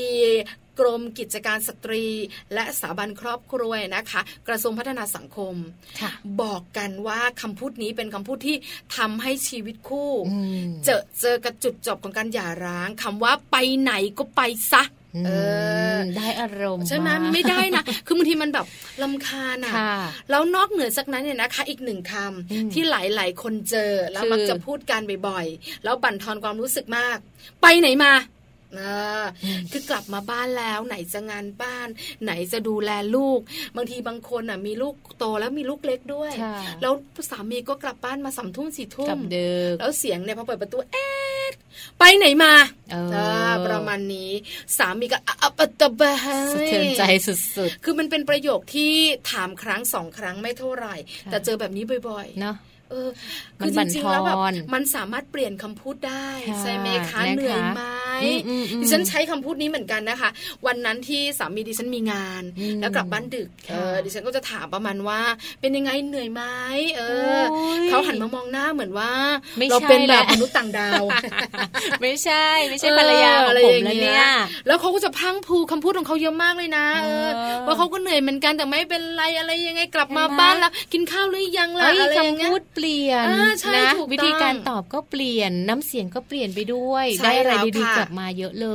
Speaker 3: กรมกิจการสตรี และสถาบันครอบครัวนะคะ กระทรวงพัฒนาสังคม
Speaker 2: ค่ะ
Speaker 3: บอกกันว่าคำพูดนี้เป็นคำพูดที่ทำให้ชีวิตคู่
Speaker 2: อืม
Speaker 3: เจอเจอกับจุดจบของการหย่าร้างคำว่าไปไหนก็ไปซะ
Speaker 2: อ
Speaker 3: เออ
Speaker 2: ได้อารมณ์
Speaker 3: ใช่ไหม
Speaker 2: าก
Speaker 3: ไม่ได้
Speaker 2: (laughs)
Speaker 3: นะ คือบางทีมันแบบลำคาญอ่ะ
Speaker 2: ค่ะ
Speaker 3: แล้วนอกเหนือจากนั้นเนี่ยนะคะ อีกหนึ่งค
Speaker 2: อืม
Speaker 3: ำที่หลาย ๆ คนเจอแล้ว
Speaker 2: คือ
Speaker 3: มักจะพูดกันบ่อยๆ แล้วบั่นทอนความรู้สึกมาก ไปไหนมาเอออ
Speaker 2: ม
Speaker 3: คือกลับมาบ้านแล้วไหนจะงานบ้าน ไหนจะดูแลลูก บางทีบางคนอ่ะมีลูกโตแล้วมีลูกเล็กด้วย
Speaker 2: ค่ะ
Speaker 3: แล้วสามีก็กลับบ้านมาสามทุ่มสี่ทุ่
Speaker 2: กั
Speaker 3: ม
Speaker 2: บเดิม
Speaker 3: แล้วเสียงเนี่ยพอเปิดประตูเอ๊ะไปไหนมา
Speaker 2: เอ
Speaker 3: เออประมาณนี้สามีก็อ่ะอ่ะอ่ะตะบะให้
Speaker 2: สะเทือนใจสุด
Speaker 3: คือมันเป็นประโยคที่ถามครั้งสองครั้งไม่เท่าไหร่
Speaker 2: ค่ะ
Speaker 3: แต่เจอแบบนี้บ่อย
Speaker 2: ๆ เนาะ
Speaker 3: ๆ เออ
Speaker 2: มั
Speaker 3: คื
Speaker 2: น
Speaker 3: อจริงๆแล้วแบบ
Speaker 2: บั่นทอน
Speaker 3: มันสามารถเปลี่ยนคำพูดได้
Speaker 2: ค่ะ
Speaker 3: ใช่ไหมคะ
Speaker 2: นะคะ
Speaker 3: เหนื่อยไหม
Speaker 2: อืมอืมอืม
Speaker 3: ดิฉันใช้คำพูดนี้เหมือนกันนะคะ วันนั้นที่สามีดิฉันมีงาน
Speaker 2: อืม
Speaker 3: แล้วกลับบ้านดึก
Speaker 2: ค่ะ
Speaker 3: เออดิฉันก็จะถามประมาณว่า เป็นยังไงเหนื่อยไหมเออ
Speaker 2: โอ้ย
Speaker 3: เขาหันมามองหน้าเหมือนว่า
Speaker 2: ไม่
Speaker 3: เรา
Speaker 2: ใช่
Speaker 3: เป็นแบบ
Speaker 2: แหละ
Speaker 3: มนุษย์ต่างดาว
Speaker 2: ไม่ใช่ (laughs) ไม่ใช่ภรรยาของผมแล้วเนี่ย
Speaker 3: แล้วเขาก็จะพรังพรูคำพูดของเขาเยอะมากเลยนะเออ
Speaker 2: เออ
Speaker 3: ว่าเขาก็เหนื่อยเหมือนกันแต่ไม่เป็นไรอะไรยังไงกลับมา
Speaker 2: ใช่ไหม
Speaker 3: บ้านแล้วกินข้าวหรือยังล่ะ
Speaker 2: เอ้ย
Speaker 3: อะไรอย่าง
Speaker 2: คำ
Speaker 3: เงี้ย
Speaker 2: พูดเปลี่ยน
Speaker 3: อ่าใช่
Speaker 2: นะ
Speaker 3: ถูกต้อง
Speaker 2: วิธีการตอบก็เปลี่ยนน้ำเสียงก็เปลี่ยนไปด้วย
Speaker 3: ใช่
Speaker 2: ได้อะไร
Speaker 3: แล้ว
Speaker 2: ดี
Speaker 3: ค่ะ
Speaker 2: ๆกลับมาเยอะเลย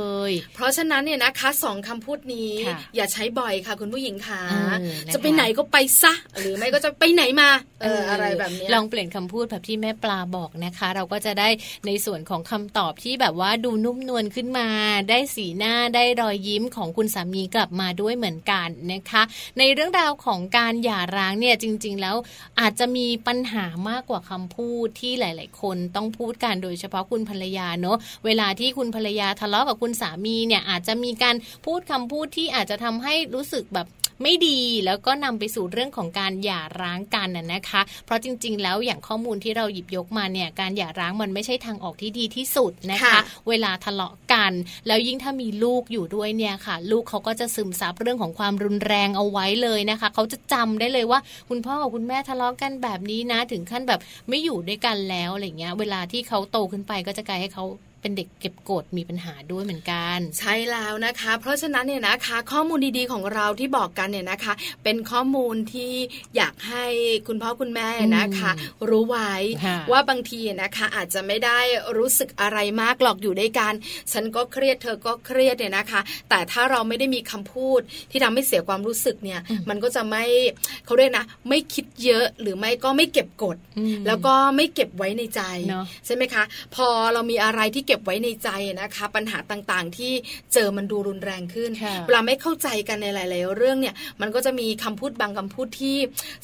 Speaker 3: เพราะฉะนั้นเนี่ยนะคะสองคำพูดนี้
Speaker 2: ค่ะ
Speaker 3: อย่าใช้บ่อยค่ะคุณผู้หญิงค่ะ
Speaker 2: เออนะคะ
Speaker 3: จะไปไหนก็ไปซะ หรือไม่ก็จะไปไหนมาเอออะไรแบบเนี้ย
Speaker 2: ลองเปลี่ยนคำพูดแบบที่แม่ปลาบอกนะคะ เราก็จะได้ในส่วนของคำตอบที่แบบว่าดูนุ่มนวลขึ้นมา ได้สีหน้าได้รอยยิ้มของคุณสามีกลับมาด้วยเหมือนกันนะคะ ในเรื่องราวของการหย่าร้างเนี่ยจริง ๆ แล้วอาจจะมีปัญหามากกว่าคำพูดที่หลาย ๆ คนต้องพูดกันโดยเฉพาะคุณภรรยาเนอะเวลาที่คุณภรรยาทะเลาะกับคุณสามีเนี่ยอาจจะมีการพูดคำพูดที่อาจจะทำให้รู้สึกแบบ ไม่ดีแล้วก็นำไปสู่เรื่องของการหย่าร้างกันน่ะนะคะ เพราะจริง ๆ แล้วอย่างข้อมูลที่เราหยิบยกมาเนี่ยการหย่าร้างมันไม่ใช่ทางออกที่ดีที่สุดนะคะ
Speaker 3: ค่ะ
Speaker 2: เวลาทะเลาะกัน แล้วยิ่งถ้ามีลูกอยู่ด้วยเนี่ยค่ะ ลูกเขาก็จะซึมซับเรื่องของความรุนแรงเอาไว้เลยนะคะ เขาจะจำได้เลยว่า คุณพ่อกับคุณแม่ทะเลาะกันแบบนี้นะ ถึงขั้นแบบไม่อยู่ด้วยกันแล้วอะไรเงี้ย เวลาที่เขาโตขึ้นไปก็จะกลายให้เขาเป็นเด็กเก็บกดมีปัญหาด้วยเหมือนกัน
Speaker 3: ใช่แล้วนะคะ เพราะฉะนั้นเนี่ยนะคะ ข้อมูลดีๆของเราที่บอกกันเนี่ยนะคะ เป็นข้อมูลที่อยากให้คุณพ่อคุณแม่นะคะ รู้ไว้
Speaker 2: ค่ะ
Speaker 3: ว่าบางทีนะคะ อาจจะไม่ได้รู้สึกอะไรมากหรอกอยู่ด้วยกัน ฉันก็เครียดเธอก็เครียดเนี่ยนะคะ แต่ถ้าเราไม่ได้มีคำพูดที่ทำให้เสียความรู้สึกเนี่ย มันก็จะไม่เขาเรียกนะ ไม่คิดเยอะหรือไม่ก็ไม่เก็บกด
Speaker 2: อืม
Speaker 3: แล้วก็ไม่เก็บไว้ในใจ
Speaker 2: เนอะ
Speaker 3: ใช่ไหมคะ พอเรามีอะไรที่เก็บไว้ในใจนะคะ ปัญหาต่างๆ ที่เจอมันดูรุนแรงขึ้น
Speaker 2: ค่ะ
Speaker 3: เวลาไม่เข้าใจกันในหลายๆเรื่องเนี่ย มันก็จะมีคำพูดบางคำพูดที่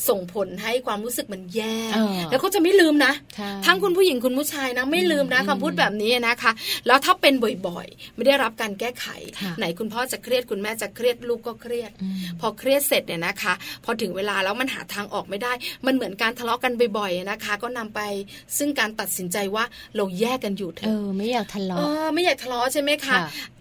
Speaker 3: ส่งผลให้ความรู้สึกมันแย่
Speaker 2: เออ
Speaker 3: แล้วก็จะไม่ลืมนะ
Speaker 2: ใช่
Speaker 3: ทั้งคุณผู้หญิงคุณผู้ชายนะไม่ลืมนะคำพูดแบบนี้นะคะ แล้วถ้าเป็นบ่อยๆ ไม่ได้รับการแก้ไข
Speaker 2: ค่ะ
Speaker 3: ไหนคุณพ่อจะเครียดคุณแม่จะเครียดลูกก็เครียด
Speaker 2: อืม
Speaker 3: พอเครียดเสร็จเนี่ยนะคะ พอถึงเวลาแล้วมันหาทางออกไม่ได้ มันเหมือนการทะเลาะกันบ่อยๆนะคะ ก็นำไปซึ่งการตัดสินใจว่าเราแยกกันอยู่เถ
Speaker 2: เอ
Speaker 3: อะ
Speaker 2: อ ไม่อยากทะเลาะ
Speaker 3: เออไม่อยากทะเลาะใช่ไหมคะ
Speaker 2: ค่ะ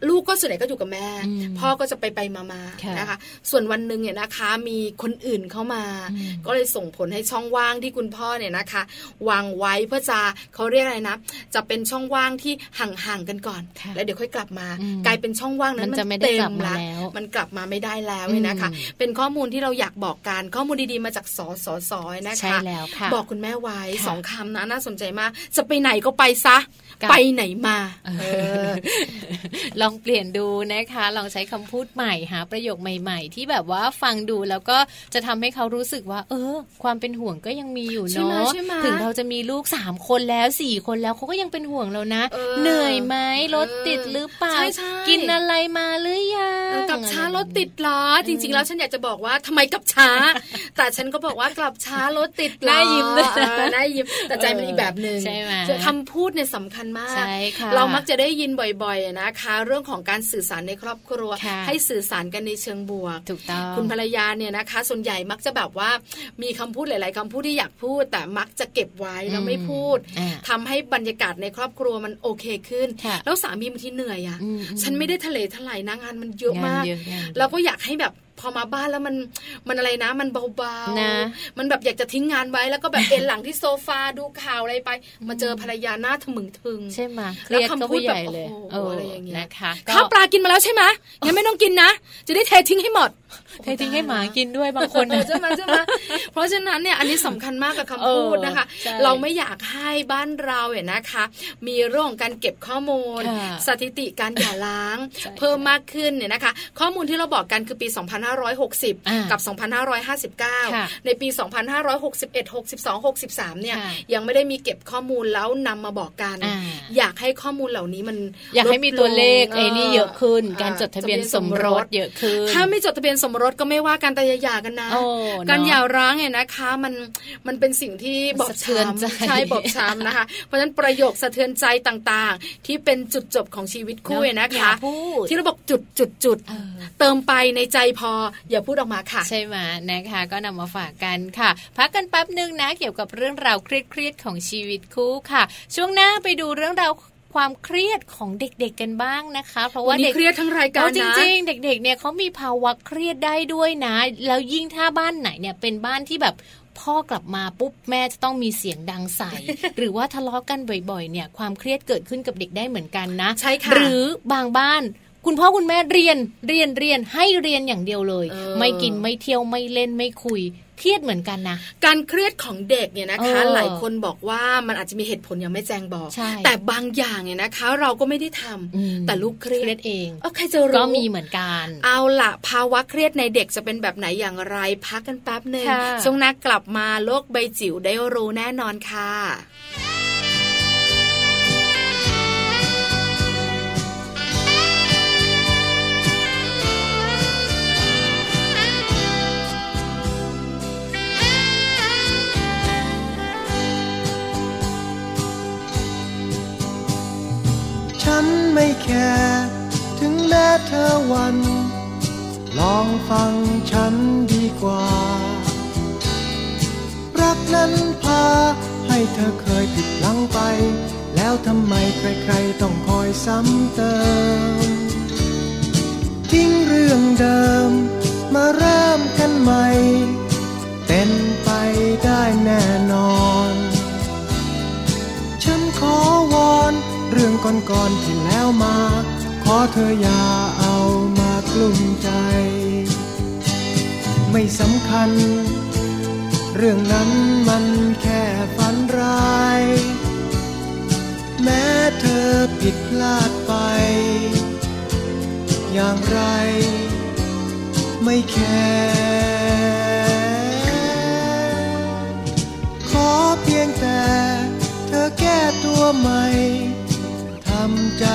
Speaker 3: ลูกก็ส่วนใหญ่ก็อยู่กับแม่
Speaker 2: อืม
Speaker 3: พ่อก็จะไปไปๆมา
Speaker 2: ค่ะ
Speaker 3: ๆนะคะ ส่วนวันหนึ่งเนี่ยนะคะ มีคนอื่นเข้ามา
Speaker 2: อืม
Speaker 3: ก็เลยส่งผลให้ช่องว่างที่คุณพ่อเนี่ยนะคะ วางไว้เพื่อจะเขาเรียกอะไรนะ จะเป็นช่องว่างที่ห่างๆกันก่อน
Speaker 2: ค่ะ
Speaker 3: แล้วเดี๋ยวค่อยกลับมา
Speaker 2: อืม
Speaker 3: กลายเป็นช่องว่างนั้น
Speaker 2: มันจะไม่ได้
Speaker 3: เต็
Speaker 2: กลับมา
Speaker 3: ะ
Speaker 2: แล้ว
Speaker 3: มันกลับมาไม่ได้แล้วเนี่ยนะคะ
Speaker 2: อืม
Speaker 3: เป็นข้อมูลที่เราอยากบอกกันข้อมูลดีๆมาจากสสสนะคะ
Speaker 2: ใช่แล้วค่ะ
Speaker 3: บอกคุณแม่ไว้
Speaker 2: ค่ะ
Speaker 3: สองคำนะน่าสนใจมาก จะไปไหนก็ไปซะ
Speaker 2: ค่ะ
Speaker 3: ไปไหนมาเออ
Speaker 2: (laughs) ลองเปลี่ยนดูนะคะ ลองใช้คำพูดใหม่หาประโยคใหม่ๆ ที่แบบว่าฟังดูแล้วก็จะทำให้เขารู้สึกว่า เออ ความเป็นห่วงก็ยังมีอยู่
Speaker 3: ใช่
Speaker 2: เนาะ
Speaker 3: ไหมใช่ไหม
Speaker 2: ถึงเราจะมีลูกสามคนแล้วสี่คนแล้วเขาก็ยังเป็นห่วงเรานะ
Speaker 3: เออ
Speaker 2: เหนื่อยไหมรถติดหรือเปล่า
Speaker 3: ใช่ใช่
Speaker 2: กินอะไรมาหรือยัง
Speaker 3: เออกลับช้ารถติดเหรอ จริง ๆ แล้วฉันอยากจะบอกว่าทำไมกลับ
Speaker 2: (laughs)
Speaker 3: ช้า แต่ฉันก็บอกว่ากลับช้ารถติดเหรอ
Speaker 2: น่ายิ้มด้วยนะ
Speaker 3: เออน่ายิ้มแต่ใจมันอีกแบบหนึ่ง
Speaker 2: ใช่ไหม
Speaker 3: คำพูดเนี่ยสำคัญมาก
Speaker 2: ใช่ค่ะ
Speaker 3: เรามักจะได้ยินบ่อยๆนะคะ เรื่องของการสื่อสารในครอบครัว
Speaker 2: ค่ะ
Speaker 3: ให้สื่อสารกันในเชิงบวก
Speaker 2: ถูกต้อง
Speaker 3: คุณภรรยาเนี่ยนะคะ ส่วนใหญ่มักจะแบบว่ามีคำพูดหลาย ๆคำพูดที่อยากพูด แต่มักจะเก็บไว้แล้ว
Speaker 2: อืม
Speaker 3: ไม่พูด
Speaker 2: อ่า
Speaker 3: ทำให้บรรยากาศในครอบครัวมันโอเคขึ้น
Speaker 2: ค่ะ
Speaker 3: แล้วสามีบางทีเหนื่อยอะ่ะ
Speaker 2: อืมอืม
Speaker 3: ฉันไม่ได้ทะเลทลายนะงานมันเยอะ
Speaker 2: งาน
Speaker 3: มาก
Speaker 2: เยอะงานเยอะ
Speaker 3: เราก็อยากให้แบบ พอมาบ้านแล้วมันมันอะไรนะ มันเบาๆ
Speaker 2: นะ
Speaker 3: มันแบบอยากจะทิ้งงานไว้แล้วก็แบบ เอนหลังที่โซฟาดูข่าวอะไรไป มาเจอภรรยาหน้าทะมึงทึง
Speaker 2: ใช่ไหมเค
Speaker 3: แล้
Speaker 2: รี
Speaker 3: วย
Speaker 2: ดก็
Speaker 3: คำพู
Speaker 2: ผู้
Speaker 3: ด
Speaker 2: ใหญ่
Speaker 3: แบบ
Speaker 2: เลย
Speaker 3: โอ้โหอะไรอย่างเงี้ย
Speaker 2: นะคะก็
Speaker 3: ข้าวปลากินมาแล้วใช่ไหมงั้นไม่ต้องกินนะ จะได้เททิ้งให้หมด
Speaker 2: เททิ้งให้หมากินด้วยบางคน
Speaker 3: เอ
Speaker 2: น่ะ
Speaker 3: อใช่ไหมใช่ไหมเพราะฉะนั้นเนี่ยอันนี้สำคัญมากกับคำพูดนะคะ
Speaker 2: เออใช่
Speaker 3: เราไม่อยากให้บ้านเราเนี่ยนะคะ มีเรื่องของการเก็บข้อมูล
Speaker 2: ค่ะ
Speaker 3: สถิติการหย่าร้าง เพิ่มมากขึ้นเนี่ยนะคะ ข้อมูลที่เราบอกกันคือปี
Speaker 2: อ่า
Speaker 3: 2560 กับ
Speaker 2: ค่ะ
Speaker 3: 2559 ในปี 2561 62 63 เนี่ย
Speaker 2: ค่ะ
Speaker 3: ยังไม่ได้มีเก็บข้อมูลแล้วนำมาบอกกัน
Speaker 2: อ่า
Speaker 3: อยากให้ข้อมูลเหล่านี้มัน
Speaker 2: อยากให้มี
Speaker 3: ดง
Speaker 2: ตัวเลขไอ้นี่เยอะขึ้น การจดทะเบียนสมรส
Speaker 3: เ
Speaker 2: เยอะขึ้น
Speaker 3: ถ้าไม่จดทะเบียนสมรสก็ไม่ว่ากันแต่อย่าหย่ากันนะ
Speaker 2: โอ้เนอะ
Speaker 3: การหย่าร้างเนี่ยนะคะ มันมันเป็นสิ่งที่บอบ
Speaker 2: สะเทือนใจ
Speaker 3: ช้ำใช่บอบช้ำนะคะ เพราะฉะนั้นประโยคสะเทือนใจต่างๆ ที่เป็นจุดจบของชีวิตคู่เนี่ยนะ
Speaker 2: อ
Speaker 3: คะ
Speaker 2: ย่าพูด
Speaker 3: ที่เราบอกจุดจุดจุด
Speaker 2: เออ
Speaker 3: เติมไปในใจพออย่าพูดออกมาค่ะ
Speaker 2: ใช่ไหมนะคะ ก็นำมาฝากกันค่ะ พักกันแป๊บหนึ่งนะเกี่ยวกับเรื่องราวเครียดๆของชีวิตคู่ค่ะ ช่วงหน้าไปดูเรื่องราวความเครียดของเด็กๆกันบ้างนะคะ เพราะว่า
Speaker 3: วันนี้
Speaker 2: เด็ก
Speaker 3: เครียดทั้งรายการ
Speaker 2: เอาจ
Speaker 3: นะ
Speaker 2: ริงๆ เด็กๆ เนี่ยเขามีภาวะเครียดได้ด้วยนะ แล้วยิ่งถ้าบ้านไหนเนี่ยเป็นบ้านที่แบบพ่อกลับมาปุ๊บแม่จะต้องมีเสียงดัง
Speaker 3: (laughs)
Speaker 2: ใส่ หรือว่าทะเลาะกันบ่อยๆ เนี่ยความเครียดเกิดขึ้นกับเด็กได้เหมือนกันนะ
Speaker 3: ใช่ค่ะ
Speaker 2: หรือบางบ้าน คุณพ่อคุณแม่เรียนเรียนเรียนให้เรียนอย่างเดียวเลย
Speaker 3: เออ
Speaker 2: ไม่กินไม่เที่ยวไม่เล่นไม่คุย เครียดเหมือนกันนะ
Speaker 3: การเครียดของเด็กเนี่ยนะคะ
Speaker 2: เออ
Speaker 3: หลายคนบอกว่ามันอาจจะมีเหตุผลยังไม่แจงบอก
Speaker 2: ใช่
Speaker 3: แต่บางอย่างเนี่ยนะคะ เราก็ไม่ได้ทำ
Speaker 2: อืม
Speaker 3: แต่ลูกเครีย
Speaker 2: เครีย
Speaker 3: ด
Speaker 2: ดเอง
Speaker 3: เอ้าใครจะรู้
Speaker 2: ก็มีเหมือนกัน
Speaker 3: เอาละภาวะเครียดในเด็กจะเป็นแบบไหนอย่างไรพักกันแป๊บหนึ่ง
Speaker 2: ค่ะ
Speaker 3: ช่วงหน้ากลับมาโลกใบจิ๋วได้รู้แน่นอนค่ะ
Speaker 7: ฉันไม่แคร์ถึงแม้เธอหวัน ลองฟังฉันดีกว่า รักนั้นพาให้เธอเคยผิดหลังไป แล้วทำไมใครๆต้องคอยซ้ำเติม ทิ้งเรื่องเดิม มาเริ่มกันใหม่ เป็นไปได้แน่นอน ฉันขอวอนเรื่องก่อนๆที่แล้วมา ขอเธออย่าเอามากลุ้มใจ ไม่สำคัญ เรื่องนั้นมันแค่ฝันร้าย แม้เธอผิดพลาดไป อย่างไร ไม่แคร์ขอเพียงแต่เธอแก้ตัวใหม่ทำใจ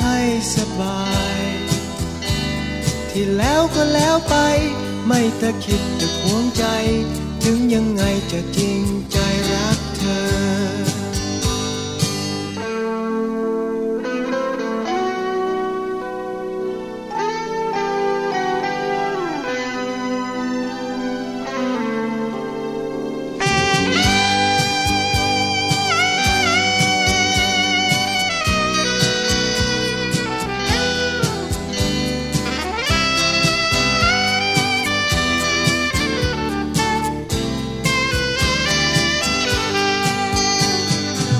Speaker 7: ให้สบาย ที่แล้วก็แล้วไป ไม่ตะคิดตะขวงใจ ถึงยังไงจะจริงใจรักเธอ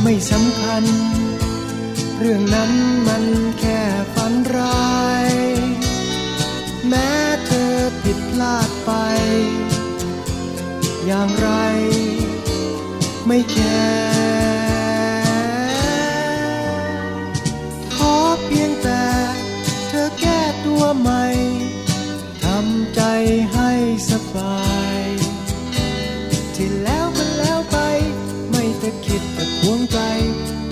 Speaker 7: ไม่สำคัญ เรื่องนั้นมันแค่ฝันร้าย แม้เธอผิดพลาดไป อย่างไร ไม่แคร์ขอเพียงแต่เธอแก้ตัวใหม่ทำใจให้สบาย ที่แล้วมันแล้วไป ไม่ตะคิดตะขวงใจ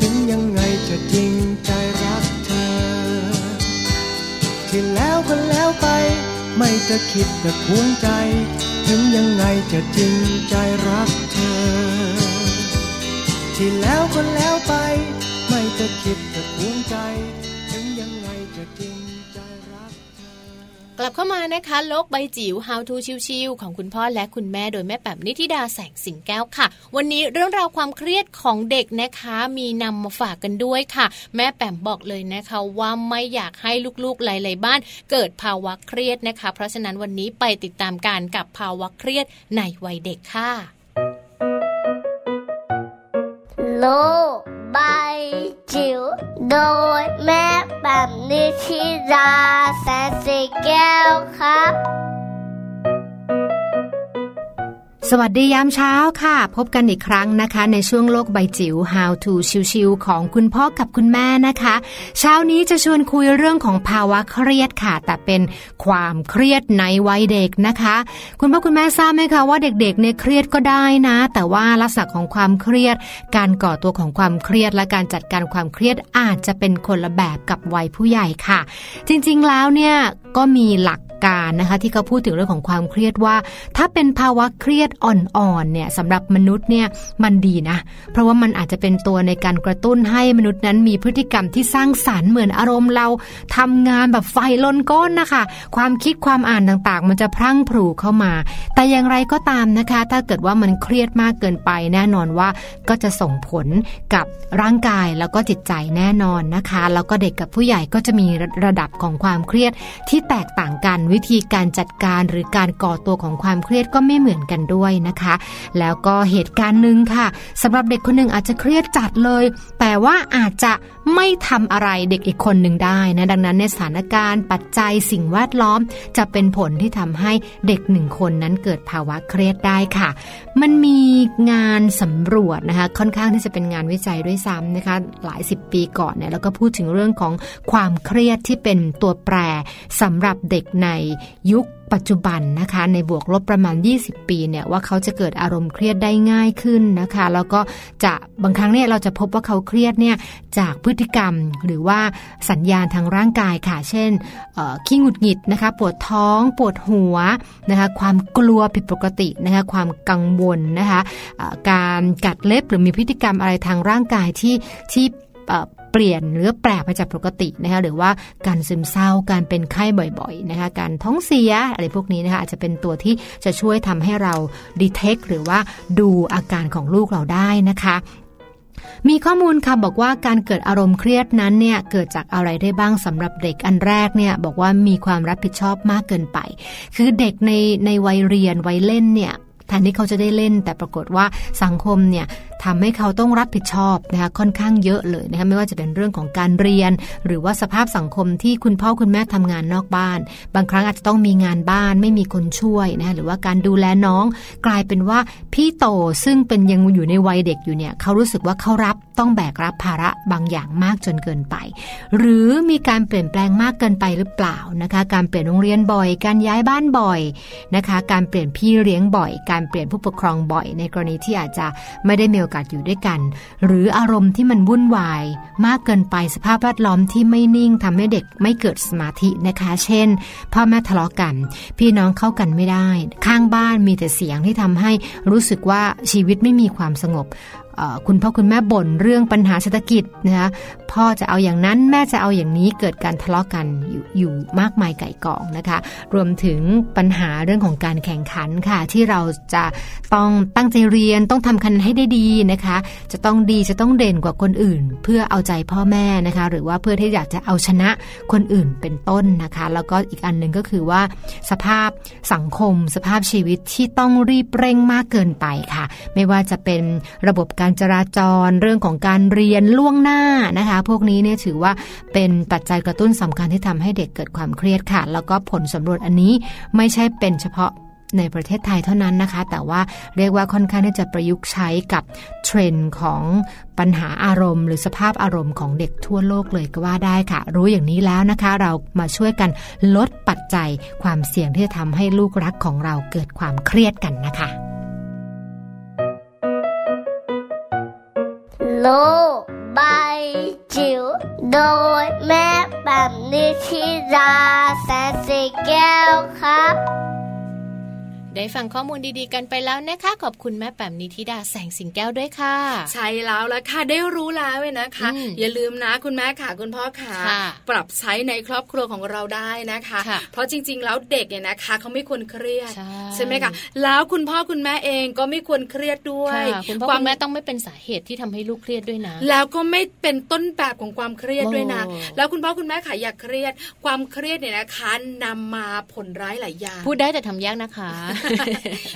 Speaker 7: ถึงยังไงจะจริงใจรักเธอ ที่แล้วก็แล้วไป ไม่ตะคิดตะขวงใจ ถึงยังไงจะจริงใจรักเธอ ที่แล้วก็แล้วไป ไม่ตะคิดตะขวงใจ ถึงยังไงจะจริงใจรักเธอ
Speaker 2: กลับเข้ามานะคะโลกใบจิ๋ว How to ชิวๆของคุณพ่อและคุณแม่โดยแม่แป๋มนิธิดาแสงสิงแก้วค่ะ วันนี้เรื่องราวความเครียดของเด็กนะคะ มีนำมาฝากกันด้วยค่ะ แม่แป๋มบอกเลยนะคะว่าไม่อยากให้ลูกๆหลายๆบ้าน เกิดภาวะเครียดนะคะ เพราะฉะนั้นวันนี้ไปติดตามการกับภาวะเครียดในวัยเด็กค่ะ
Speaker 8: lô bay chiều đôi mép bằng đi khi ra sẽ xì keo khắp
Speaker 9: สวัสดียามเช้าค่ะ พบกันอีกครั้งนะคะ ในช่วงโลกใบจิ๋ว How to ชิวๆของคุณพ่อกับคุณแม่นะคะ เช้านี้จะชวนคุยเรื่องของภาวะเครียดค่ะ แต่เป็นความเครียดในวัยเด็กนะคะ คุณพ่อคุณแม่ทราบไหมคะว่าเด็กๆเนี่ยเครียดก็ได้นะ แต่ว่าลักษณะของความเครียด การก่อตัวของความเครียดและการจัดการความเครียดอาจจะเป็นคนละแบบกับวัยผู้ใหญ่ค่ะ จริงๆแล้วเนี่ยก็มีหลักการนะคะที่เขาพูดถึงเรื่องของความเครียดว่า ถ้าเป็นภาวะเครียดอ่อนๆเนี่ยสำหรับมนุษย์เนี่ยมันดีนะ เพราะว่ามันอาจจะเป็นตัวในการกระตุ้นให้มนุษย์นั้นมีพฤติกรรมที่สร้างสารรค์เหมือนอารมณ์เราทำงานแบบไฟลนก้นนะคะ ความคิดความอ่านต่างๆ มันจะพรั่งพรูเข้ามา แต่อย่างไรก็ตามนะคะ ถ้าเกิดว่ามันเครียดมากเกินไป แน่นอนว่าก็จะส่งผลกับร่างกายแล้วก็จิตใจแน่นอนนะคะ แล้วก็เด็กกับผู้ใหญ่ก็จะมีระดับของความเครียด ที่แตกต่างกันวิธีการจัดการหรือการก่อตัวของความเครียดก็ไม่เหมือนกันด้วยนะคะ แล้วก็เหตุการณ์หนึ่งค่ะสำหรับเด็กคนหนึ่งอาจจะเครียดจัดเลย แต่ว่าอาจจะไม่ทำอะไรเด็กอีกคนหนึ่งได้นะดังนั้นในสถานการณ์ปัจจัยสิ่งแวดล้อม จะเป็นผลที่ทำให้เด็กหนึ่งคนนั้นเกิดภาวะเครียดได้ค่ะ มันมีงานสำรวจนะคะค่อนข้างที่จะเป็นงานวิจัยด้วยซ้ำนะคะหลายสิบปีก่อนเนี่ยแล้วก็พูดถึงเรื่องของความเครียดที่เป็นตัวแปรสำหรับเด็กในยุคปัจจุบันนะคะ ในบวกลบประมาณ 20 ปีเนี่ยว่าเขาจะเกิดอารมณ์เครียดได้ง่ายขึ้นนะคะ แล้วก็จะบางครั้งเนี่ยเราจะพบว่าเขาเครียดเนี่ยจากพฤติกรรมหรือว่าสัญญาณทางร่างกายค่ะ เช่น เอ่อขี้หงุดหงิดนะคะปวดท้องปวดหัวนะคะความกลัวผิดปกตินะคะความกังวลนะคะเอ่อการกัดเล็บหรือมีพฤติกรรมอะไรทางร่างกายที่ที่เอ่อเปลี่ยนหรือแปลกไปจากปกตินะคะหรือว่าการซึมเศร้าการเป็นไข้บ่อยๆนะคะการท้องเสียอะไรพวกนี้นะคะอาจจะเป็นตัวที่จะช่วยทำให้เราดีเทคหรือว่าดูอาการของลูกเราได้นะคะ มีข้อมูลค่ะบอกว่าการเกิดอารมณ์เครียดนั้นเนี่ยเกิดจากอะไรได้บ้างสำหรับเด็กอันแรกเนี่ยบอกว่ามีความรับผิดชอบมากเกินไป คือเด็กในในวัยเรียนวัยเล่นเนี่ยแทนที่เขาจะได้เล่น แต่ปรากฏว่าสังคมเนี่ยทำให้เขาต้องรับผิดชอบนะคะค่อนข้างเยอะเลยนะคะไม่ว่าจะเป็นเรื่องของการเรียน หรือว่าสภาพสังคมที่คุณพ่อคุณแม่ทำงานนอกบ้าน บางครั้งอาจจะต้องมีงานบ้านไม่มีคนช่วยนะคะหรือว่าการดูแลน้อง กลายเป็นว่าพี่โตซึ่งเป็นยังอยู่ในวัยเด็กอยู่เนี่ยเขารู้สึกว่าเขารับต้องแบกรับภาระบางอย่างมากจนเกินไป หรือมีการเปลี่ยนแปลงมากเกินไปหรือเปล่านะคะ การเปลี่ยนโรงเรียนบ่อย การย้ายบ้านบ่อยนะคะ การเปลี่ยนพี่เลี้ยงบ่อย การเปลี่ยนผู้ปกครองบ่อย ในกรณีที่อาจจะไม่ได้มีโอกาสอยู่ด้วยกัน หรืออารมณ์ที่มันวุ่นวาย มากเกินไปสภาพแวดล้อมที่ไม่นิ่งทำให้เด็กไม่เกิดสมาธินะคะ เช่น พ่อแม่ทะเลาะกัน พี่น้องเข้ากันไม่ได้ ข้างบ้านมีแต่เสียงที่ทำให้รู้สึกว่าชีวิตไม่มีความสงบเอ่อคุณพ่อคุณแม่บ่นเรื่องปัญหาเศรษฐกิจนะคะพ่อจะเอาอย่างนั้นแม่จะเอาอย่างนี้เกิดการทะเลาะกันอยู่อยู่มากมายไก่กองนะคะ รวมถึงปัญหาเรื่องของการแข่งขันค่ะ ที่เราจะต้องตั้งใจเรียนต้องทำคะแนนให้ได้ดีนะคะ จะต้องดีจะต้องเด่นกว่าคนอื่น เพื่อเอาใจพ่อแม่นะคะ หรือว่าเพื่อที่อยากจะเอาชนะคนอื่นเป็นต้นนะคะ แล้วก็อีกอันหนึ่งก็คือว่า สภาพสังคม สภาพชีวิตที่ต้องรีบเร่งมากเกินไปค่ะ ไม่ว่าจะเป็นระบบการจราจรเรื่องของการเรียนล่วงหน้านะคะ พวกนี้เนี่ยถือว่าเป็นปัจจัยกระตุ้นสำคัญที่ทำให้เด็กเกิดความเครียดค่ะ แล้วก็ผลสำรวจอันนี้ไม่ใช่เป็นเฉพาะในประเทศไทยเท่านั้นนะคะ แต่ว่าเรียกว่าค่อนข้างที่จะประยุกต์ใช้กับเทรนด์ของปัญหาอารมณ์ หรือสภาพอารมณ์ของเด็กทั่วโลกเลยก็ว่าได้ค่ะ รู้อย่างนี้แล้วนะคะ เรามาช่วยกันลดปัจจัยความเสี่ยงที่จะทำให้ลูกรักของเราเกิดความเครียดกันนะคะ
Speaker 8: lô bay chiều đôi mép bằng đi khi ra sẽ xì keo khắp
Speaker 2: ได้ฟังข้อมูลดีๆกันไปแล้วนะคะ ขอบคุณแม่แปมนิธิดาแสงสิงแก้วด้วยค่ะ
Speaker 3: ใช่แล้วละค่ะได้รู้แล้วเลยนะคะ
Speaker 2: อืม
Speaker 3: อย่าลืมนะคุณแม่ค่ะคุณพ่อค่ะ
Speaker 2: ค่ะ
Speaker 3: ปรับใช้ในครอบครัวของเราได้นะคะ
Speaker 2: ค่ะ
Speaker 3: เพราะจริง ๆ แล้วเด็กเนี่ยนะคะเขาไม่ควรเครียด
Speaker 2: ใช่
Speaker 3: ใช่ไหมคะแล้วคุณพ่อคุณแม่เองก็ไม่ควรเครียดด้วย
Speaker 2: ค่ะคุณพ่อ
Speaker 3: วา
Speaker 2: คุณแม่ต้องไม่เป็นสาเหตุที่ทำให้ลูกเครียดด้วยนะ
Speaker 3: แล้วก็ไม่เป็นต้นแบบของความเครียดด้วยนะ
Speaker 2: โอ้
Speaker 3: แล้วคุณพ่อคุณแม่ค่ะอย่าเครียด ความเครียดเนี่ยนะคะนำมาผลร้ายหลายอย่าง
Speaker 2: พูดได้แต่ทำยากนะคะ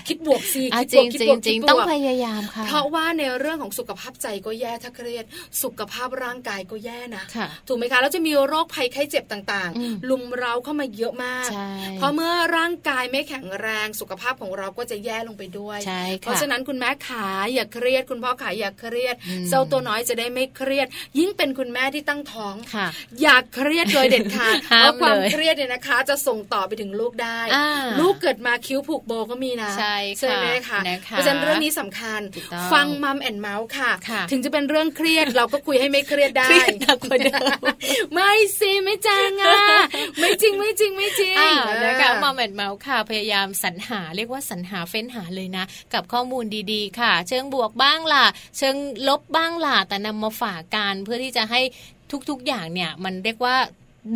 Speaker 3: คิดบวกสิ
Speaker 2: อ่ะจ
Speaker 3: คิดบ
Speaker 2: ริงจ
Speaker 3: วกคิด
Speaker 2: ริ
Speaker 3: บ
Speaker 2: ง
Speaker 3: วก
Speaker 2: จริง
Speaker 3: คิดบวก
Speaker 2: ต้องพยายามค่ะ
Speaker 3: เพราะว่าในเรื่องของสุขภาพใจก็แย่ถ้าเครียด สุขภาพร่างกายก็แย่นะ
Speaker 2: ค่ะ
Speaker 3: ถูกไหมคะแล้วจะมีโรคภัยไข้เจ็บต่าง
Speaker 2: อืม
Speaker 3: ๆ ลุมเร้าเข้ามาเยอะมาก
Speaker 2: ใช่
Speaker 3: เพราะเมื่อร่างกายไม่แข็งแรงสุขภาพของเราก็จะแย่ลงไปด้วย
Speaker 2: ใช่ค่ะ
Speaker 3: เพราะฉะนั้นคุณแม่ขาอย่าเครียด คุณพ่อขาอย่าเครียด
Speaker 2: อืม
Speaker 3: เจ้าตัวน้อยจะได้ไม่เครียด ยิ่งเป็นคุณแม่ที่ตั้งท้อง
Speaker 2: ค่ะ
Speaker 3: อย่าเครียดโดยเด็ดขาด
Speaker 2: (laughs) ห้าม
Speaker 3: เพราะความ
Speaker 2: เลย
Speaker 3: เครียดเนี่ยนะคะ จะส่งต่อไปถึงลูกได้
Speaker 2: อ่า
Speaker 3: ลูกเกิดมาคิ้วผูกโบก็มีนะ
Speaker 2: ใช่ค่ะ
Speaker 3: ไหมคะ
Speaker 2: นะคะ
Speaker 3: เพราะฉะนั้นเรื่องนี้สำคัญ
Speaker 2: ถูกต้อง
Speaker 3: ฟังมัมแอนเมาส์ค่ะ
Speaker 2: ค่ะ
Speaker 3: ถึงจะเป็นเรื่องเค
Speaker 2: (laughs)
Speaker 3: รียด เราก็คุยให้ไม่เครียดได้
Speaker 2: เครียดหนักกว่าเดิม
Speaker 3: ไม่สิไม่จางอ่ะไม่จริงไม่จริงไม่จริง
Speaker 2: อ่านะคะมาแมนเมาส์ค่ะพยายามสรรหาเรียกว่าสรรหาเฟ้นหาเลยนะ กับข้อมูลดีๆ ค่ะ เชิงบวกบ้างล่ะ เชิงลบบ้างล่ะ แต่นำมาฝากกันเพื่อที่จะให้ทุกๆอย่างเนี่ย มันเรียกว่า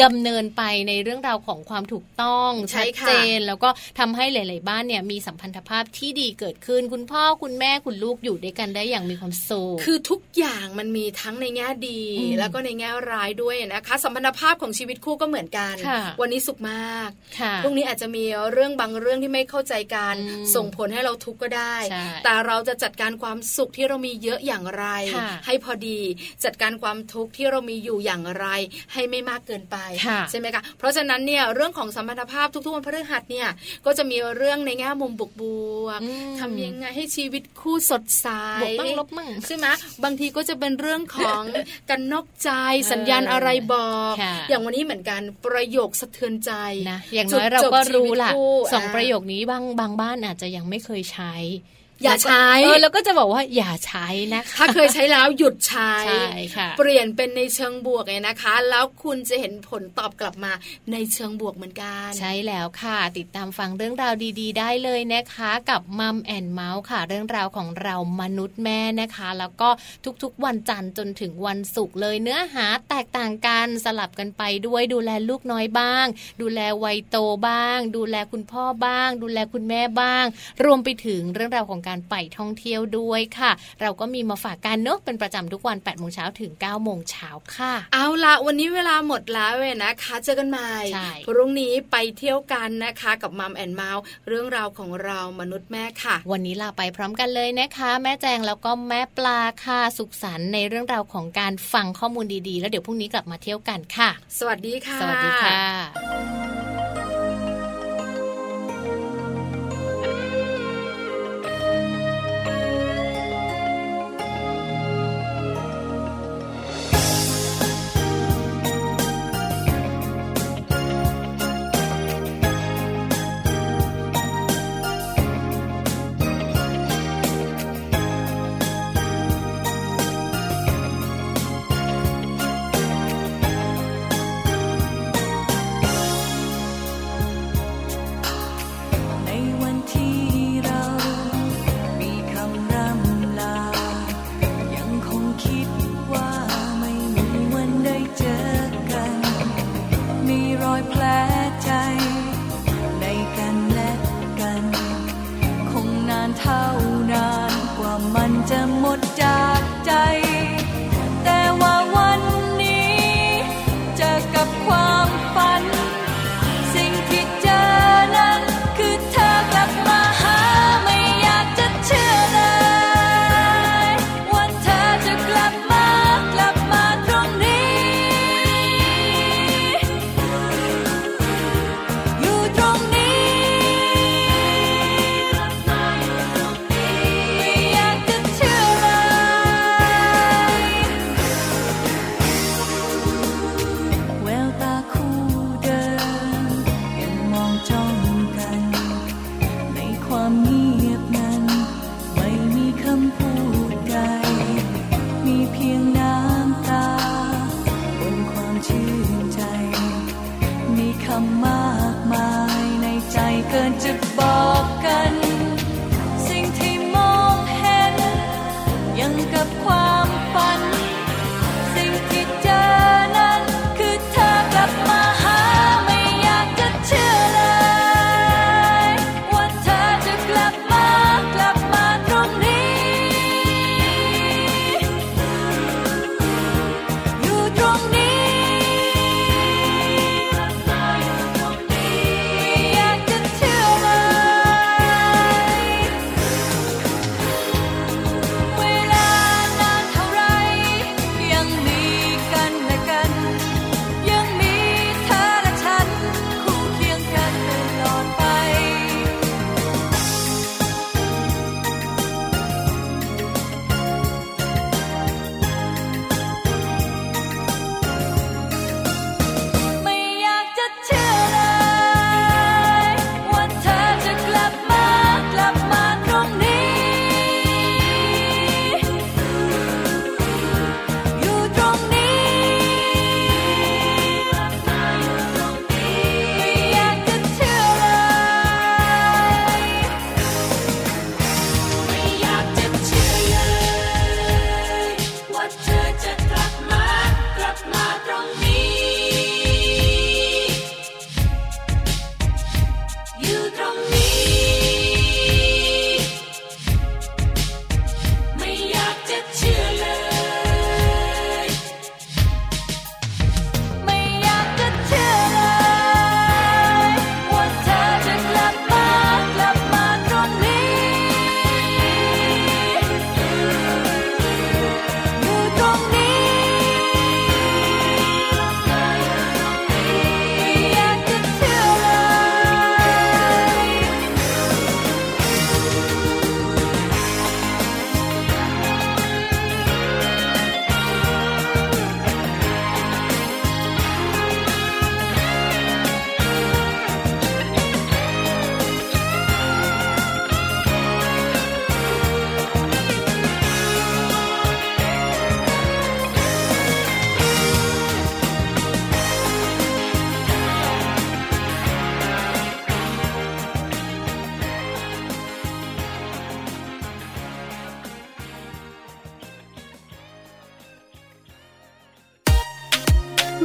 Speaker 2: ดำเนินไปในเรื่องราวของความถูกต้อง
Speaker 3: ใช่
Speaker 2: ชัด
Speaker 3: ค่ะ
Speaker 2: เจน แล้วก็ทำให้หลาย ๆ บ้านเนี่ยมีสัมพันธภาพที่ดีเกิดขึ้น คุณพ่อคุณแม่คุณลูกอยู่ด้วยกันได้อย่างมีความสุข
Speaker 3: คือทุกอย่างมันมีทั้งในแง่ดี
Speaker 2: อืม
Speaker 3: แล้วก็ในแง่ร้ายด้วยนะคะสัมพันธภาพของชีวิตคู่ก็เหมือนกัน
Speaker 2: ค่ะ
Speaker 3: วันนี้สุขมาก
Speaker 2: ค่ะ
Speaker 3: พรุ่งนี้อาจจะมีเรื่องบางเรื่องที่ไม่เข้าใจกัน
Speaker 2: อืม
Speaker 3: ส่งผลให้เราทุกข์ก็ได้
Speaker 2: ใช่
Speaker 3: แต่เราจะจัดการความสุขที่เรามีเยอะอย่างไร
Speaker 2: ค่ะ
Speaker 3: ให้พอดีจัดการความทุกข์ที่เรามีอยู่อย่างไร ให้ไม่มากเกินไป
Speaker 2: ค่ะ
Speaker 3: ใช่ไหมคะเพราะฉะนั้นเนี่ยเรื่องของสัมพันธภาพทุกๆวันพฤหัสเนี่ยก็จะมีเรื่องในแง่มุมบวก
Speaker 2: อืม
Speaker 3: ๆทำยังไงให้ชีวิตคู่สดใส
Speaker 2: บวกบ้างลบบ้าง
Speaker 3: ใช่ไหมบางทีก็จะเป็นเรื่องของ
Speaker 2: (laughs)
Speaker 3: กันนอกใจ
Speaker 2: เออ
Speaker 3: สัญญาณอะไรบอก
Speaker 2: ค่ะ
Speaker 3: อย่างวันนี้เหมือนกันประโยคสะเทือนใจ
Speaker 2: นะอย่าง
Speaker 3: จุ
Speaker 2: น้
Speaker 3: ด
Speaker 2: อยเรา
Speaker 3: จบ
Speaker 2: ก็
Speaker 3: ชี
Speaker 2: รู้
Speaker 3: วิต
Speaker 2: ล่ะ
Speaker 3: คู่
Speaker 2: สอง
Speaker 3: า
Speaker 2: ประโยคนี้บางบางบ้านอาจจะยังไม่เคยใช้
Speaker 3: อย่าใช้
Speaker 2: เออแล้วก็จะบอกว่าอย่าใช้นะคะ
Speaker 3: ถ้าเคยใช้แล้วหยุดใช้
Speaker 2: ใช่ค่ะ
Speaker 3: เปลี่ยนเป็นในเชิงบวกเลยนะคะ แล้วคุณจะเห็นผลตอบกลับมาในเชิงบวกเหมือนกัน
Speaker 2: ใช่แล้วค่ะ ติดตามฟังเรื่องราวดี ๆ ได้เลยนะคะ กับมัมแอนเมาส์ค่ะ เรื่องราวของเรามนุษย์แม่นะคะ แล้วก็ทุกๆวันจันทร์จนถึงวันศุกร์เลยเนื้อหาแตกต่างกันสลับกันไปด้วยดูแลลูกน้อยบ้าง ดูแลวัยโตบ้าง ดูแลคุณพ่อบ้าง ดูแลคุณแม่บ้าง รวมไปถึงเรื่องราวของการไปท่องเที่ยวด้วยค่ะ เราก็มีมาฝากกันเนอะเป็นประจำทุกวัน8โมงเช้าถึง9โมงเช้าค่ะ
Speaker 3: เอาละวันนี้เวลาหมดแล้วเว้ยนะคะเจอกันใหม่
Speaker 2: ใช่
Speaker 3: พรุ่งนี้ไปเที่ยวกันนะคะกับมัมแอนเมาส์เรื่องราวของเรามนุษย์แม่ค่ะ
Speaker 2: วันนี้ลาไปพร้อมกันเลยนะคะ แม่แจงแล้วก็แม่ปลาค่ะ สุขสันต์ในเรื่องราวของการฟังข้อมูลดีๆ แล้วเดี๋ยวพรุ่งนี้กลับมาเที่ยวกันค่ะ
Speaker 3: สวัสดีค่ะ
Speaker 2: สวัสดีค่ะ
Speaker 1: ในวันที่เรา มีคำร่ำลา ยังคงคิดว่าไม่มีวันได้เจอกัน มีรอยแผลใจ ในกันและกัน คงนานเท่านานกว่ามันจะหมดจากใจ แต่ว่าวันนี้เจอกับความฝัน สิ่งที่เจอนั้น คือเธอกลับมาหาไม่อยากจะเชื่อเลยว่าเธอจะกลับมากลับมาตรงนี้ อยู่ตรงนี้ ไม่อยากจะเชื่อเลย แววตาคู่เดิมยังมองจ้องกัน ในความเงียบนั้น ไม่มีคำพูดใด มีเพียงน้ำตา บนความชื่นใจ มีคำมากมายในใจเกินจะบอกกัน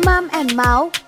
Speaker 6: มัมแอนเมาส์